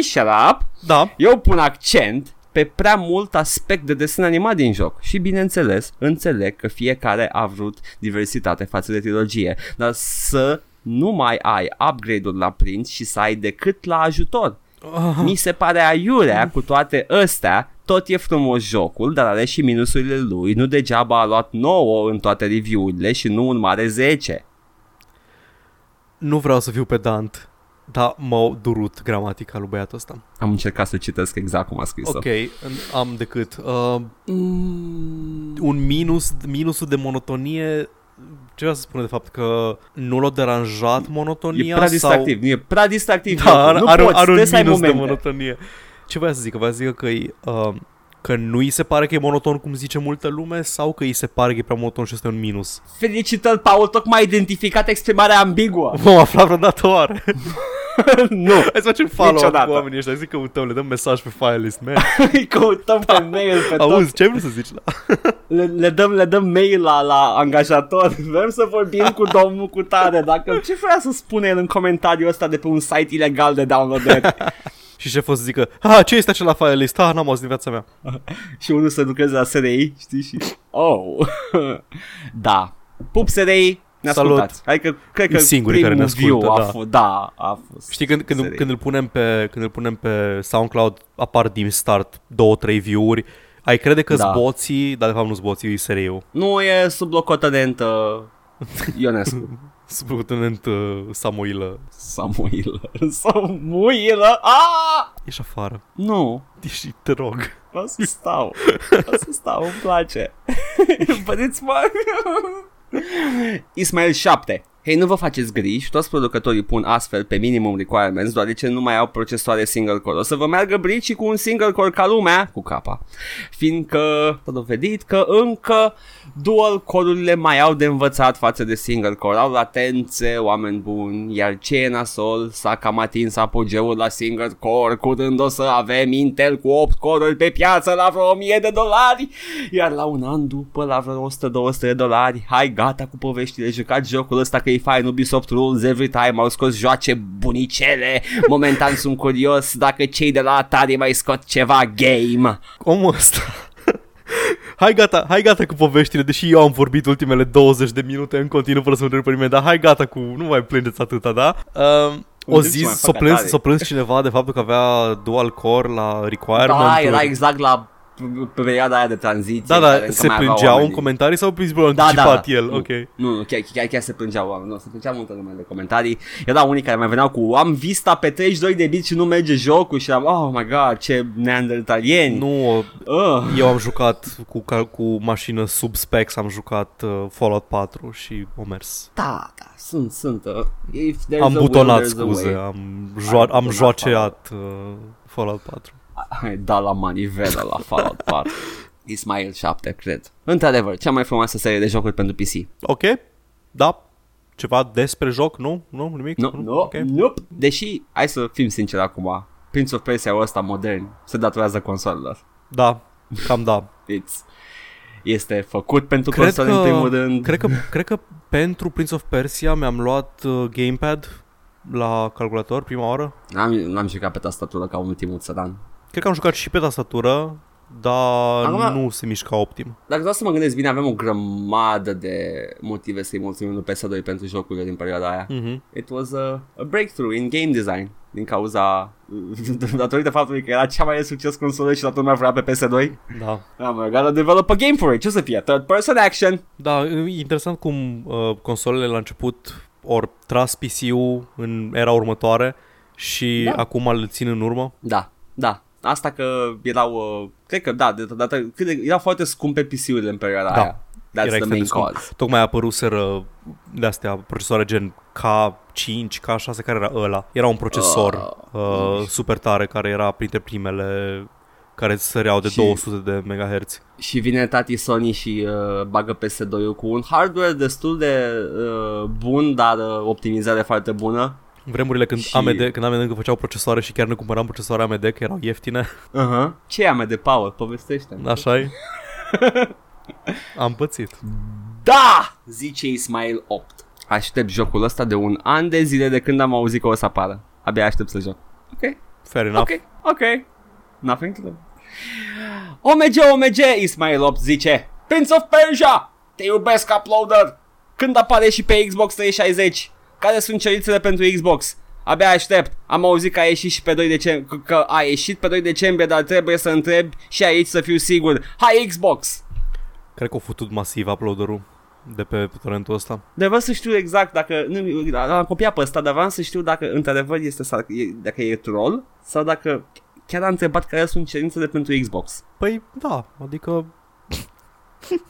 [SPEAKER 1] shut up.
[SPEAKER 2] da,
[SPEAKER 1] Eu pun accent pe prea mult aspect de desen animat din joc și bineînțeles înțeleg că fiecare a vrut diversitate față de trilogie, dar să nu mai ai upgrade-uri la prins și să ai decât la ajutor. Mi se pare aiurea cu toate astea tot e frumos jocul, dar are și minusurile lui. Nu degeaba a luat 9 în toate review-urile și nu un mare 10.
[SPEAKER 2] nu vreau să fiu pedant, dar m-au durut gramatica lui băiatul ăsta.
[SPEAKER 1] Am încercat să citesc exact cum a scris-o.
[SPEAKER 2] Ok, în- am decât. Uh, un minus, minusul de monotonie, ce vreau să spun de fapt, că nu l-a deranjat monotonia?
[SPEAKER 1] E prea
[SPEAKER 2] sau...
[SPEAKER 1] distractiv, nu e prea distractiv.
[SPEAKER 2] Da,
[SPEAKER 1] jocul.
[SPEAKER 2] are,
[SPEAKER 1] nu
[SPEAKER 2] are,
[SPEAKER 1] poți,
[SPEAKER 2] are un
[SPEAKER 1] trebuie să ai
[SPEAKER 2] minus de
[SPEAKER 1] momente.
[SPEAKER 2] monotonie. Ce vreau să zic? Vreau să zic că, e, uh, că nu îi se pare că e monoton cum zice multă lume sau că îi se pare că e prea monoton și este un minus?
[SPEAKER 1] Felicitări, Paul, tocmai ai identificat exprimarea ambiguă.
[SPEAKER 2] Vom afla vreodată oare.
[SPEAKER 1] nu.
[SPEAKER 2] Hai să facem follow-up
[SPEAKER 1] Niciodată.
[SPEAKER 2] cu oamenii ăștia. Zic că uităm, le dăm mesaj pe file list, man.
[SPEAKER 1] Îi căutăm pe mail, pe tot.
[SPEAKER 2] Auzi, ce ai vrut să zici la...
[SPEAKER 1] Le, le, dăm, le dăm mail la, la angajator. Vrem să vorbim cu domnul cu tare. Dacă, ce vrea să spune el în comentariul ăsta de pe un site ilegal de downloadat?
[SPEAKER 2] Și șeful o să zică, ha, ce este acela file list? Ha, n-am auzit din viața mea.
[SPEAKER 1] și unul să lucreze la SRI, știi? Și... Oh. da. Pup SRI, ne
[SPEAKER 2] Salut.
[SPEAKER 1] ascultați. Adică, cred că
[SPEAKER 2] E singurii care ne
[SPEAKER 1] primul view
[SPEAKER 2] ascultă,
[SPEAKER 1] a
[SPEAKER 2] da.
[SPEAKER 1] fost, da, a fost.
[SPEAKER 2] Știi, când, când,
[SPEAKER 1] SRI.
[SPEAKER 2] când, îl punem pe, când îl punem pe SoundCloud, apar din start două, trei view-uri. Ai crede că
[SPEAKER 1] Da.
[SPEAKER 2] zboții, dar de fapt nu zboții, e seriu.
[SPEAKER 1] Nu e sub locotenentă Ionescu.
[SPEAKER 2] Subcotenent uh, Samoilă.
[SPEAKER 1] Samuilă. Samuilă! A!
[SPEAKER 2] Ieși afară.
[SPEAKER 1] Ah! Nu,
[SPEAKER 2] Ieși, te rog.
[SPEAKER 1] vreau să stau. Vreau să stau, îmi place. Vedeți, mă? Ismail 7. Hei, nu vă faceți griji, toți producătorii pun astfel pe minimum requirements, deoarece nu mai au procesoare single core. O să vă meargă bricii cu un single core ca lumea, cu capa. Fiindcă s-a dovedit că încă dual core-urile mai au de învățat față de single core. Au latențe, oameni buni, iar ce e nasol, s-a cam atins apogeul la single core, curând o să avem Intel cu 8 core pe piață la vreo 1000 de dolari, iar la un an după la vreo 100-200 de dolari, hai gata cu poveștile, jucat jocul ăsta că e fain, Ubisoft rules every time, au scos joace bunicele, momentan sunt curios dacă cei de la Atari mai scot ceva game.
[SPEAKER 2] Omul ăsta... Hai gata, hai gata cu poveștile, deși eu am vorbit ultimele 20 de minute în continuu fără să întreb pe nimeni, dar hai gata cu, nu mai plângeți atâta, da? Um, o
[SPEAKER 1] Unde-ți
[SPEAKER 2] zis,
[SPEAKER 1] mai
[SPEAKER 2] s-o
[SPEAKER 1] fac
[SPEAKER 2] plâns,
[SPEAKER 1] atare?
[SPEAKER 2] s-o plâns cineva de faptul că avea dual core la requirement
[SPEAKER 1] Da, era exact la perioada aia de tranziție.
[SPEAKER 2] Da,
[SPEAKER 1] în care
[SPEAKER 2] da,
[SPEAKER 1] încă
[SPEAKER 2] se
[SPEAKER 1] mai aveau
[SPEAKER 2] plângeau în
[SPEAKER 1] oamenii.
[SPEAKER 2] comentarii sau principiul
[SPEAKER 1] da,
[SPEAKER 2] anticipat
[SPEAKER 1] da.
[SPEAKER 2] el?
[SPEAKER 1] Nu,
[SPEAKER 2] Ok.
[SPEAKER 1] Nu, nu chiar, chiar, chiar se plângeau oameni, nu, se plângea multă lume de comentarii. Erau unii care mai veneau cu am vista pe 32 de bit și nu merge jocul și am oh my god, ce neandertalieni. Nu.
[SPEAKER 2] Nu,
[SPEAKER 1] Uh.
[SPEAKER 2] eu am jucat cu, cal- cu mașină sub specs, am jucat uh, Fallout 4 și o mers.
[SPEAKER 1] Da, da, sunt, sunt. Uh, if there's
[SPEAKER 2] am
[SPEAKER 1] a
[SPEAKER 2] butonat,
[SPEAKER 1] will, there's a
[SPEAKER 2] scuze,
[SPEAKER 1] way.
[SPEAKER 2] am, joa- am
[SPEAKER 1] butonat
[SPEAKER 2] joaceat uh, Fallout 4.
[SPEAKER 1] Ai dat da la manivelă la Fallout 4. Ismail 7, cred. Într-adevăr, cea mai frumoasă serie de jocuri pentru PC.
[SPEAKER 2] Ok, da, ceva despre joc? Nu? Nu? Nimic?
[SPEAKER 1] Nu,
[SPEAKER 2] nu?
[SPEAKER 1] nu,
[SPEAKER 2] Mm, Ok.
[SPEAKER 1] nope. Deși, hai să fim sinceri acum, Prince of Persia ăsta modern se datorează consolelor.
[SPEAKER 2] Da, cam da.
[SPEAKER 1] It's, este făcut pentru
[SPEAKER 2] Cred
[SPEAKER 1] console în
[SPEAKER 2] că-
[SPEAKER 1] primul rând.
[SPEAKER 2] Cred că, cred că pentru Prince of Persia mi-am luat uh, gamepad la calculator prima oară.
[SPEAKER 1] N-am, n-am jucat pe tastatură ca ultimul țăran.
[SPEAKER 2] Cred că am jucat și pe tastatură, dar
[SPEAKER 1] Acum-
[SPEAKER 2] nu se mișca optim.
[SPEAKER 1] Dacă vreau să mă gândesc bine, avem o grămadă de motive să-i mulțumim lui PS2 pentru jocurile din perioada aia.
[SPEAKER 2] Mhm.
[SPEAKER 1] It was a, a breakthrough in game design din cauza, datorită faptului că era cea mai de succes consolă și toată lumea vrea pe PS2.
[SPEAKER 2] Da.
[SPEAKER 1] Am gotta develop a game for it. Ce o să fie? Third person action.
[SPEAKER 2] Da, e interesant cum uh, consolele la început ori tras PC-ul în era următoare și
[SPEAKER 1] Da.
[SPEAKER 2] acum le țin în urmă.
[SPEAKER 1] Da, da. Asta că erau, uh, cred că da, de data, cât de, erau foarte scumpe PC-urile în perioada
[SPEAKER 2] Da.
[SPEAKER 1] aia. That's
[SPEAKER 2] Era
[SPEAKER 1] the
[SPEAKER 2] extrem de
[SPEAKER 1] main
[SPEAKER 2] scump.
[SPEAKER 1] cause.
[SPEAKER 2] Tocmai apăruseră de-astea procesoare gen K5, K6, care era ăla. Era un
[SPEAKER 1] Ah,
[SPEAKER 2] procesor uh, uh, super tare care era printre primele care săreau de
[SPEAKER 1] Și-
[SPEAKER 2] 200 de MHz.
[SPEAKER 1] Și vine tati Sony și uh, bagă PS2-ul cu un hardware destul de uh, bun, dar uh, optimizare foarte bună.
[SPEAKER 2] În vremurile când
[SPEAKER 1] Și-
[SPEAKER 2] AMD, când AMD încă făceau procesoare și chiar ne cumpăram procesoare AMD, că erau ieftine,
[SPEAKER 1] Uh-huh. Ce e de power? Povestește-mi.
[SPEAKER 2] așa e. Am pățit.
[SPEAKER 1] Da! Zice Ismail 8. Aștept jocul ăsta de un an de zile de când am auzit că o să apară. Abia aștept să joc. Ok.
[SPEAKER 2] Fair enough.
[SPEAKER 1] Ok, ok. Nothing to them. OMG, OMG, Ismail 8 zice Prince of Persia, te iubesc uploader Când apare și pe Xbox 360 Care sunt cerințele pentru Xbox? Abia aștept, am auzit că a ieșit și pe 2 decembrie Că a ieșit pe 2 decembrie, dar trebuie să întreb și aici să fiu sigur Hai Xbox!
[SPEAKER 2] Cred că au futut masiv uploaderul de pe torentul ăsta.
[SPEAKER 1] Dar vreau să știu exact dacă... Nu, am copiat pe ăsta, dar vreau să știu dacă într-adevăr este, sar- e- dacă e troll Sau dacă chiar a întrebat care sunt cerințele pentru Xbox
[SPEAKER 2] Păi da, adică
[SPEAKER 1] Ok.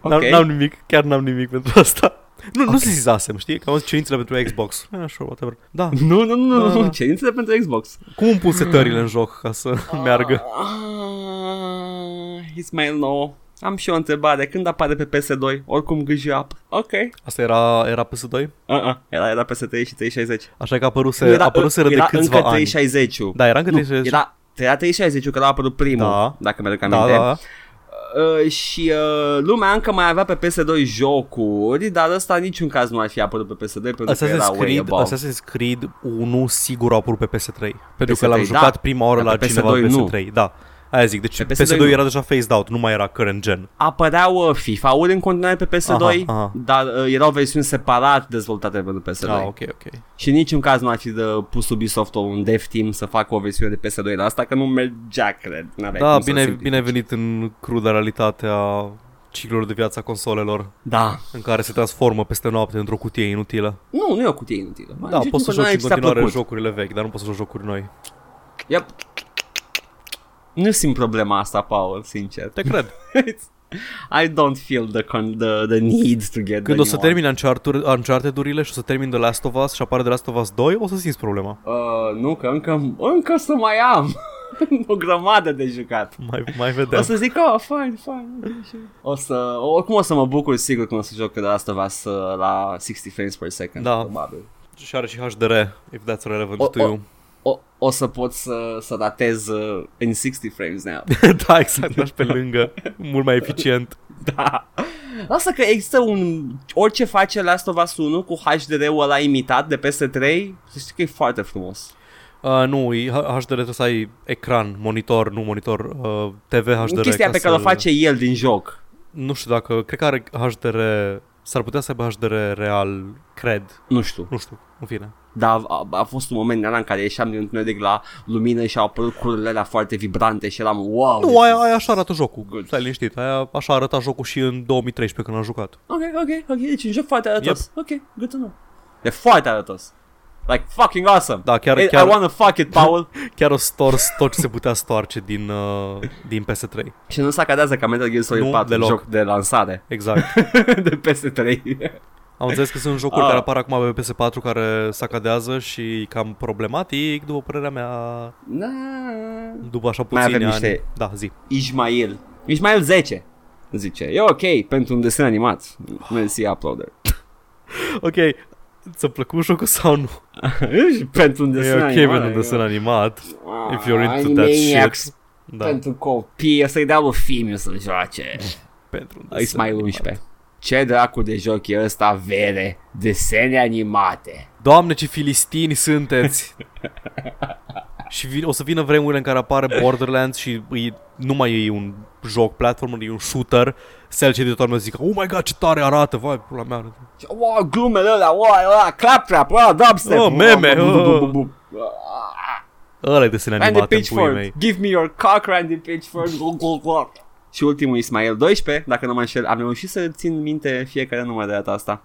[SPEAKER 2] n-am, n-am nimic, chiar n-am nimic pentru asta. Nu, nu se zizasem, știi? Că am zis cerințele pentru Xbox. Eh, sure, whatever. Da,
[SPEAKER 1] Nu, nu, nu,
[SPEAKER 2] Da,
[SPEAKER 1] nu,
[SPEAKER 2] da.
[SPEAKER 1] nu, cerințele pentru Xbox.
[SPEAKER 2] cum îmi pun setările în joc ca să meargă?
[SPEAKER 1] Ah, Ismail 9. Am și o întrebare. Când apare pe PS2? Oricum gâji apă. Ok.
[SPEAKER 2] Asta era, era PS2?
[SPEAKER 1] Uh-uh. Era, era PS3 și 360.
[SPEAKER 2] Așa că apăruse, era, apăruseră de
[SPEAKER 1] era
[SPEAKER 2] câțiva
[SPEAKER 1] încă
[SPEAKER 2] ani.
[SPEAKER 1] 360 -ul.
[SPEAKER 2] Da, era încă
[SPEAKER 1] Nu,
[SPEAKER 2] 360.
[SPEAKER 1] Era, era 360 că l-a apărut primul,
[SPEAKER 2] Da.
[SPEAKER 1] da. dacă mi-aduc
[SPEAKER 2] da,
[SPEAKER 1] aminte.
[SPEAKER 2] da, da.
[SPEAKER 1] Uh, și uh, lumea încă mai avea pe PS2 jocuri, dar ăsta în niciun caz nu ar fi apărut pe PS2 pentru că era
[SPEAKER 2] Assassin's
[SPEAKER 1] way
[SPEAKER 2] Creed,
[SPEAKER 1] above.
[SPEAKER 2] Assassin's Creed 1 sigur a apărut pe PS3 Pentru că
[SPEAKER 1] PS3,
[SPEAKER 2] l-am
[SPEAKER 1] da.
[SPEAKER 2] jucat prima oară
[SPEAKER 1] Dar
[SPEAKER 2] la
[SPEAKER 1] pe
[SPEAKER 2] cineva pe
[SPEAKER 1] PS2 nu.
[SPEAKER 2] PS3 Da, aia zic, deci
[SPEAKER 1] Pe
[SPEAKER 2] PS2,
[SPEAKER 1] PS2 nu.
[SPEAKER 2] era deja phased out, nu mai era current gen
[SPEAKER 1] apăreau uh, FIFA-uri în continuare pe PS2,
[SPEAKER 2] Aha, aha.
[SPEAKER 1] dar uh, erau versiuni separat dezvoltate pentru PS2.
[SPEAKER 2] Da, ok, ok
[SPEAKER 1] Și în niciun caz nu ar fi de pus Ubisoft un dev team să facă o versiune de PS2 la asta, că nu mergea, cred. N-aveai
[SPEAKER 2] Da,
[SPEAKER 1] cum să
[SPEAKER 2] bine,
[SPEAKER 1] simplifici.
[SPEAKER 2] bine ai venit în cruda realitate a ciclurilor de viață a consolelor
[SPEAKER 1] Da.
[SPEAKER 2] în care se transformă peste noapte într-o cutie inutilă.
[SPEAKER 1] Nu, nu e o cutie inutilă.
[SPEAKER 2] Da,
[SPEAKER 1] Nici
[SPEAKER 2] poți să
[SPEAKER 1] nu
[SPEAKER 2] joci
[SPEAKER 1] ai
[SPEAKER 2] în
[SPEAKER 1] ce ți-a
[SPEAKER 2] continuare
[SPEAKER 1] plăcut.
[SPEAKER 2] jocurile vechi, dar nu poți să joci jocuri noi.
[SPEAKER 1] Yep. Nu simt problema asta, Paul, sincer.
[SPEAKER 2] Te cred.
[SPEAKER 1] I don't feel the, con- the, the need to get
[SPEAKER 2] Când
[SPEAKER 1] the
[SPEAKER 2] o să
[SPEAKER 1] new one.
[SPEAKER 2] termini Uncharted- Uncharted-urile și o să termin The Last of Us și apare The Last of Us 2, o să simți problema.
[SPEAKER 1] Uh, nu, că încă, încă să mai am o grămadă de jucat.
[SPEAKER 2] Mai, mai
[SPEAKER 1] O
[SPEAKER 2] vedem.
[SPEAKER 1] să zic, oh, fine, fine. O să, oricum o să mă bucur sigur când o să joc de asta va să uh, la 60 frames per second,
[SPEAKER 2] Da.
[SPEAKER 1] da. probabil.
[SPEAKER 2] Și are și HDR, if that's relevant
[SPEAKER 1] O-
[SPEAKER 2] to you.
[SPEAKER 1] O, o să pot să, să ratez uh, în 60 frames now.
[SPEAKER 2] da, exact, lași pe lângă. Mult mai eficient.
[SPEAKER 1] da. Lasă că există un... Orice face Last of Us 1 cu HDR-ul ăla imitat de PS3, să știi că e foarte frumos.
[SPEAKER 2] Uh, nu, e- HDR trebuie să ai ecran, monitor, nu monitor, uh, TV HDR.
[SPEAKER 1] Chestia
[SPEAKER 2] ca
[SPEAKER 1] pe care o
[SPEAKER 2] să-
[SPEAKER 1] face el din joc.
[SPEAKER 2] Nu știu dacă, cred că are HDR, s-ar putea să aibă HDR real, cred,
[SPEAKER 1] Nu știu.
[SPEAKER 2] nu știu, în fine.
[SPEAKER 1] Dar a, a fost un moment în ăla în care ieșeam din întuneric la lumină și au apărut cururile alea foarte vibrante și eram wow.
[SPEAKER 2] Nu, aia, aia așa arată jocul,
[SPEAKER 1] Good.
[SPEAKER 2] stai liniștit, aia așa arăta jocul și în 2013 când am jucat.
[SPEAKER 1] Ok, ok, ok, deci un joc foarte arătos. Yep. Ok, good to know. E foarte arătos. Like fucking awesome.
[SPEAKER 2] Da, chiar,
[SPEAKER 1] Hey, I
[SPEAKER 2] chiar,
[SPEAKER 1] wanna fuck it, Paul.
[SPEAKER 2] chiar o stors tot ce se putea stoarce din, uh, din PS3,
[SPEAKER 1] și nu s-a cadează ca Metal Gear
[SPEAKER 2] Nu,
[SPEAKER 1] Solid 4,
[SPEAKER 2] deloc.
[SPEAKER 1] joc de lansare
[SPEAKER 2] exact.
[SPEAKER 1] de PS3.
[SPEAKER 2] Am înțeles că sunt jocuri
[SPEAKER 1] Ah.
[SPEAKER 2] care apar acum pe PS4 care sacadează și e cam problematic, după părerea mea,
[SPEAKER 1] Na.
[SPEAKER 2] după așa
[SPEAKER 1] Mai
[SPEAKER 2] puțini ani.
[SPEAKER 1] avem niște-
[SPEAKER 2] Da, zi.
[SPEAKER 1] Ismail. Ismail 10. Zice, e ok pentru un desen animat. Mersi, uploader.
[SPEAKER 2] ok, ți-a plăcut jocul sau nu?
[SPEAKER 1] pentru un
[SPEAKER 2] E
[SPEAKER 1] desen
[SPEAKER 2] ok
[SPEAKER 1] animat,
[SPEAKER 2] pentru un desen animat.
[SPEAKER 1] Ah,
[SPEAKER 2] If you're into that
[SPEAKER 1] Animaniacs
[SPEAKER 2] shit.
[SPEAKER 1] Da.
[SPEAKER 2] Da,
[SPEAKER 1] Pentru copii, o să-i dau lui Fimiu să-l joace.
[SPEAKER 2] pentru un
[SPEAKER 1] Îi
[SPEAKER 2] desen
[SPEAKER 1] mai
[SPEAKER 2] animat.
[SPEAKER 1] 11. Ce dracu de joc e ăsta, vere? Desene animate.
[SPEAKER 2] Doamne, ce filistini sunteți! și vin, o să vină vremurile în care apare Borderlands și îi, nu mai e un joc platformer, e un shooter. Se alce de toată lumea zică, oh my god, ce tare arată, vai, pula mea.
[SPEAKER 1] O, glumele alea, o, o, claptrap, o, dubstep.
[SPEAKER 2] Oh, meme,
[SPEAKER 1] Bu-
[SPEAKER 2] oh.
[SPEAKER 1] bu- bu- bu- bu-
[SPEAKER 2] Ăla e desene
[SPEAKER 1] Randy
[SPEAKER 2] animate în puii mei.
[SPEAKER 1] Pitchford, give me your cock, Randy Pitchford. Glug, glug, glug. Și ultimul Ismail 12, dacă nu mă înșel, am reușit să țin minte fiecare număr de data asta.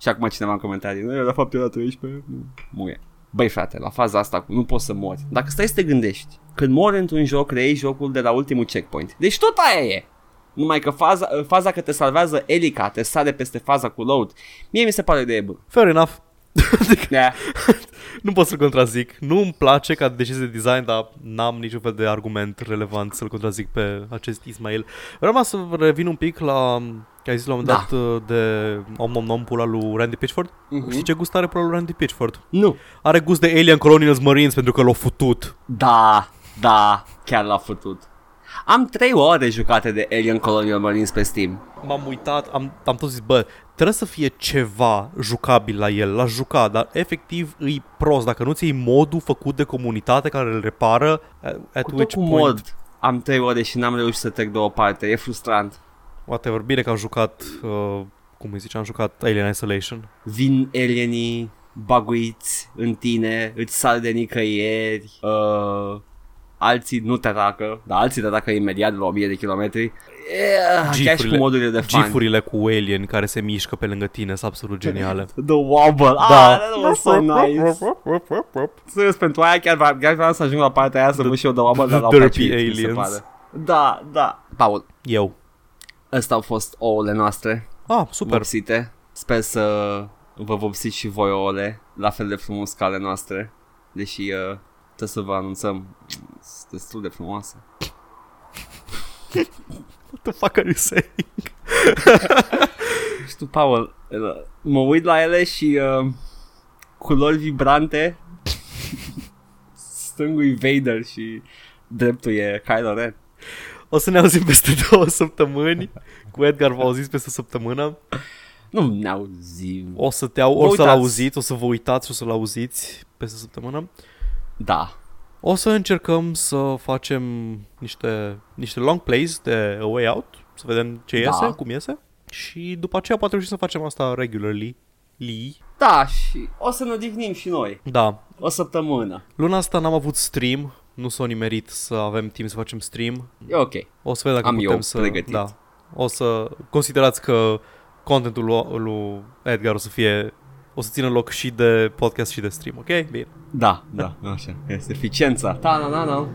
[SPEAKER 1] Și acum cineva în comentarii, "Nu, la fapt era 13, nu, muie. Băi frate, la faza asta nu poți să mori. Dacă stai să te gândești, când mori într-un joc, reiei jocul de la ultimul checkpoint. Deci tot aia e. Numai că faza, faza că te salvează Elica, te sare peste faza cu load, mie mi se pare de bună.
[SPEAKER 2] Fair enough. Adică
[SPEAKER 1] Da.
[SPEAKER 2] nu pot să-l contrazic. Nu-mi place ca decis de design, dar n-am niciun fel de argument relevant să-l contrazic pe acest Ismail. Vreau să revin un pic la... Ai zis la un moment
[SPEAKER 1] Da.
[SPEAKER 2] dat de om om om pula lui Randy Pitchford?
[SPEAKER 1] Mhm.
[SPEAKER 2] Știi ce gust are pula lui Randy Pitchford?
[SPEAKER 1] Nu.
[SPEAKER 2] Are gust de Alien Colonials Marines pentru că l-au futut.
[SPEAKER 1] Da, da, chiar l-a făcut. Am 3 ore jucate de Alien Colonial Marines pe Steam.
[SPEAKER 2] M-am uitat, am, am tot zis, bă, trebuie să fie ceva jucabil la el, l-aș juca, dar efectiv îi prost. Dacă nu-ți iei modul făcut de comunitate care îl repară, at, at
[SPEAKER 1] Cu tot
[SPEAKER 2] which
[SPEAKER 1] cu
[SPEAKER 2] point...
[SPEAKER 1] mod Deci am 3 ore și n-am reușit să trec două parte, e frustrant.
[SPEAKER 2] Whatever, bine că am jucat, uh, cum îi zice, am jucat Alien Isolation.
[SPEAKER 1] Vin alienii baguiți în tine, îți sar de nicăieri, uh, alții nu te atacă, dar alții te atacă imediat de la 1000 de kilometri. E, chiar și cu
[SPEAKER 2] Gifurile-
[SPEAKER 1] modurile de fan.
[SPEAKER 2] Gifurile cu alien care se mișcă pe lângă tine sunt absolut geniale.
[SPEAKER 1] The Wobble, da. ah, that was so nice. Serios, pentru aia chiar, v- chiar vreau să ajung la partea aia să pun și eu de oamă de la
[SPEAKER 2] the
[SPEAKER 1] Patreon,
[SPEAKER 2] derpy
[SPEAKER 1] mi se
[SPEAKER 2] aliens.
[SPEAKER 1] pare. Da, da. Paul,
[SPEAKER 2] Eu.
[SPEAKER 1] ăsta au fost ouăle noastre
[SPEAKER 2] Ah, super.
[SPEAKER 1] vopsite. Sper să vă vopsiți și voi ouăle, la fel de frumos ca ale noastre. Deși uh, trebuie să vă anunțăm, sunt destul de frumoase.
[SPEAKER 2] What the fuck are you saying?
[SPEAKER 1] Și tu, Paul, uh, mă uit la ele și uh, culori vibrante, stângul e Vader și dreptul e Kylo Ren.
[SPEAKER 2] O să ne auzim peste două săptămâni. Cu Edgar v-au zis peste săptămână.
[SPEAKER 1] Nu ne auzim.
[SPEAKER 2] O să te au,
[SPEAKER 1] Vă
[SPEAKER 2] o să-l
[SPEAKER 1] uitați.
[SPEAKER 2] auziți, o să vă uitați și o să-l auziți peste săptămână.
[SPEAKER 1] Da.
[SPEAKER 2] O să încercăm să facem niște, niște long plays de A Way Out, să vedem ce
[SPEAKER 1] Da.
[SPEAKER 2] iese, cum iese. Și după aceea poate reușim să facem asta regularly. Li.
[SPEAKER 1] Da, și o să ne odihnim și noi.
[SPEAKER 2] Da.
[SPEAKER 1] O săptămână.
[SPEAKER 2] Luna asta n-am avut stream, nu s-a nimerit să avem timp să facem stream.
[SPEAKER 1] E ok.
[SPEAKER 2] O să vedem dacă
[SPEAKER 1] Am
[SPEAKER 2] putem
[SPEAKER 1] eu
[SPEAKER 2] să...
[SPEAKER 1] pregătit.
[SPEAKER 2] Da. O să considerați că contentul lu- lui Edgar o să fie... O să țină loc și de podcast și de stream, ok? Bine.
[SPEAKER 1] Da, da, așa. Este eficiența. Da, da, da, da.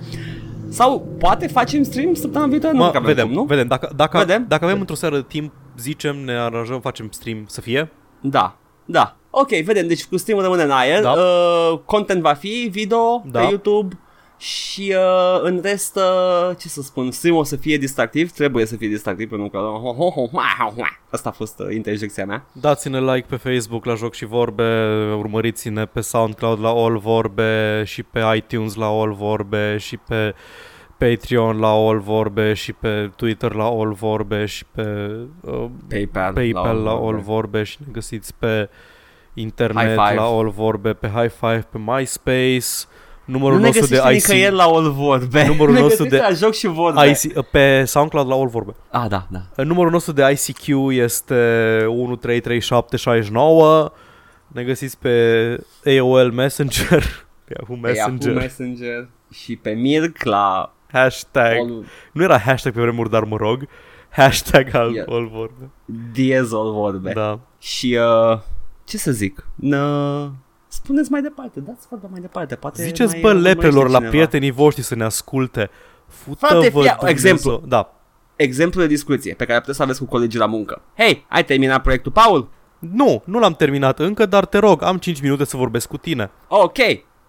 [SPEAKER 1] Sau poate facem stream săptămâna viitoare, nu
[SPEAKER 2] Mă,
[SPEAKER 1] că avem
[SPEAKER 2] vedem,
[SPEAKER 1] cum, nu?
[SPEAKER 2] vedem. Dacă, dacă,
[SPEAKER 1] Vedem.
[SPEAKER 2] dacă avem într-o seară timp, zicem, ne aranjăm, facem stream să fie.
[SPEAKER 1] Da, da. Ok, vedem. Deci cu stream rămâne în aer.
[SPEAKER 2] Da.
[SPEAKER 1] Uh, content va fi video
[SPEAKER 2] Da.
[SPEAKER 1] pe YouTube. Și uh, în rest, uh, ce să spun, stream o să fie distractiv, trebuie să fie distractiv pentru că... Asta a fost uh, interjecția mea.
[SPEAKER 2] Dați-ne like pe Facebook la Joc și Vorbe, urmăriți-ne pe SoundCloud la All Vorbe și pe iTunes la All Vorbe și pe Patreon la All Vorbe și pe Twitter la All Vorbe și pe uh,
[SPEAKER 1] PayPal,
[SPEAKER 2] PayPal la All Vorbe și ne găsiți pe
[SPEAKER 1] High
[SPEAKER 2] internet
[SPEAKER 1] Five.
[SPEAKER 2] la All Vorbe, pe High Five, pe MySpace, numărul
[SPEAKER 1] Nu ne
[SPEAKER 2] nostru de
[SPEAKER 1] găsește
[SPEAKER 2] IC,
[SPEAKER 1] nicăieri la All Vorbe.
[SPEAKER 2] Numărul
[SPEAKER 1] ne
[SPEAKER 2] nostru
[SPEAKER 1] găsește
[SPEAKER 2] de
[SPEAKER 1] la joc și vorbe.
[SPEAKER 2] IC, pe SoundCloud la All Vorbe.
[SPEAKER 1] Ah, da, da.
[SPEAKER 2] Numărul nostru de ICQ este 133769. Ne găsiți pe AOL Messenger, Yahoo
[SPEAKER 1] Pe Yahoo
[SPEAKER 2] Messenger,
[SPEAKER 1] Păi Messenger și pe Mirc la
[SPEAKER 2] hashtag.
[SPEAKER 1] all,
[SPEAKER 2] Nu era hashtag pe vremuri, dar mă rog. Hashtag
[SPEAKER 1] Yeah.
[SPEAKER 2] al yeah. all vorbe.
[SPEAKER 1] Diez All Vorbe.
[SPEAKER 2] Da.
[SPEAKER 1] Și uh, ce să zic? Nă... Spuneți mai departe, dați vorba mai departe. Poate
[SPEAKER 2] Ziceți,
[SPEAKER 1] mai
[SPEAKER 2] bă,
[SPEAKER 1] urmărește
[SPEAKER 2] leprelor la
[SPEAKER 1] cineva.
[SPEAKER 2] prietenii voștri să ne asculte. Fută-vă
[SPEAKER 1] Frate, fii-
[SPEAKER 2] Dumnezeu.
[SPEAKER 1] exemplu.
[SPEAKER 2] Da.
[SPEAKER 1] Exemplu de discuție pe care puteți să aveți cu colegii la muncă. Hei, ai terminat proiectul, Paul?
[SPEAKER 2] Nu, nu l-am terminat încă, dar te rog, am 5 minute să vorbesc cu tine.
[SPEAKER 1] Ok.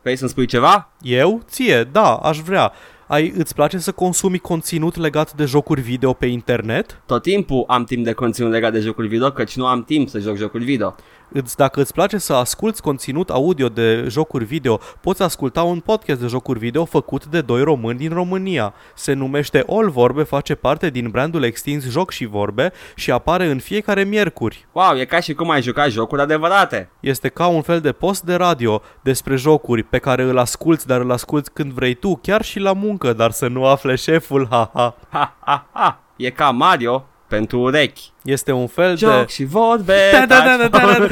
[SPEAKER 1] Vrei să-mi spui ceva?
[SPEAKER 2] Eu? Ție, da, aș vrea. Ai, îți place să consumi conținut legat de jocuri video pe internet?
[SPEAKER 1] Tot timpul am timp de conținut legat de jocuri video, căci nu am timp să joc jocuri video.
[SPEAKER 2] Îți, dacă îți place să asculti conținut audio de jocuri video, poți asculta un podcast de jocuri video făcut de doi români din România. Se numește All Vorbe, face parte din brandul extins Joc și Vorbe și apare în fiecare miercuri.
[SPEAKER 1] Wow, e ca și cum ai juca jocuri adevărate.
[SPEAKER 2] Este ca un fel de post de radio despre jocuri pe care îl asculti, dar îl asculti când vrei tu, chiar și la muncă, dar să nu afle șeful, haha.
[SPEAKER 1] Ha, ha, ha. E ca Mario pentru urechi.
[SPEAKER 2] Este un fel
[SPEAKER 1] Joc
[SPEAKER 2] de...
[SPEAKER 1] și vorbe.
[SPEAKER 2] Da, da, da, da, da, da.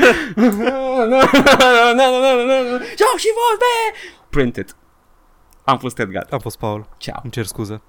[SPEAKER 1] Joc și vorbe. Printed. Am fost Edgar.
[SPEAKER 2] A fost Paul.
[SPEAKER 1] Ciao.
[SPEAKER 2] Îmi cer scuze.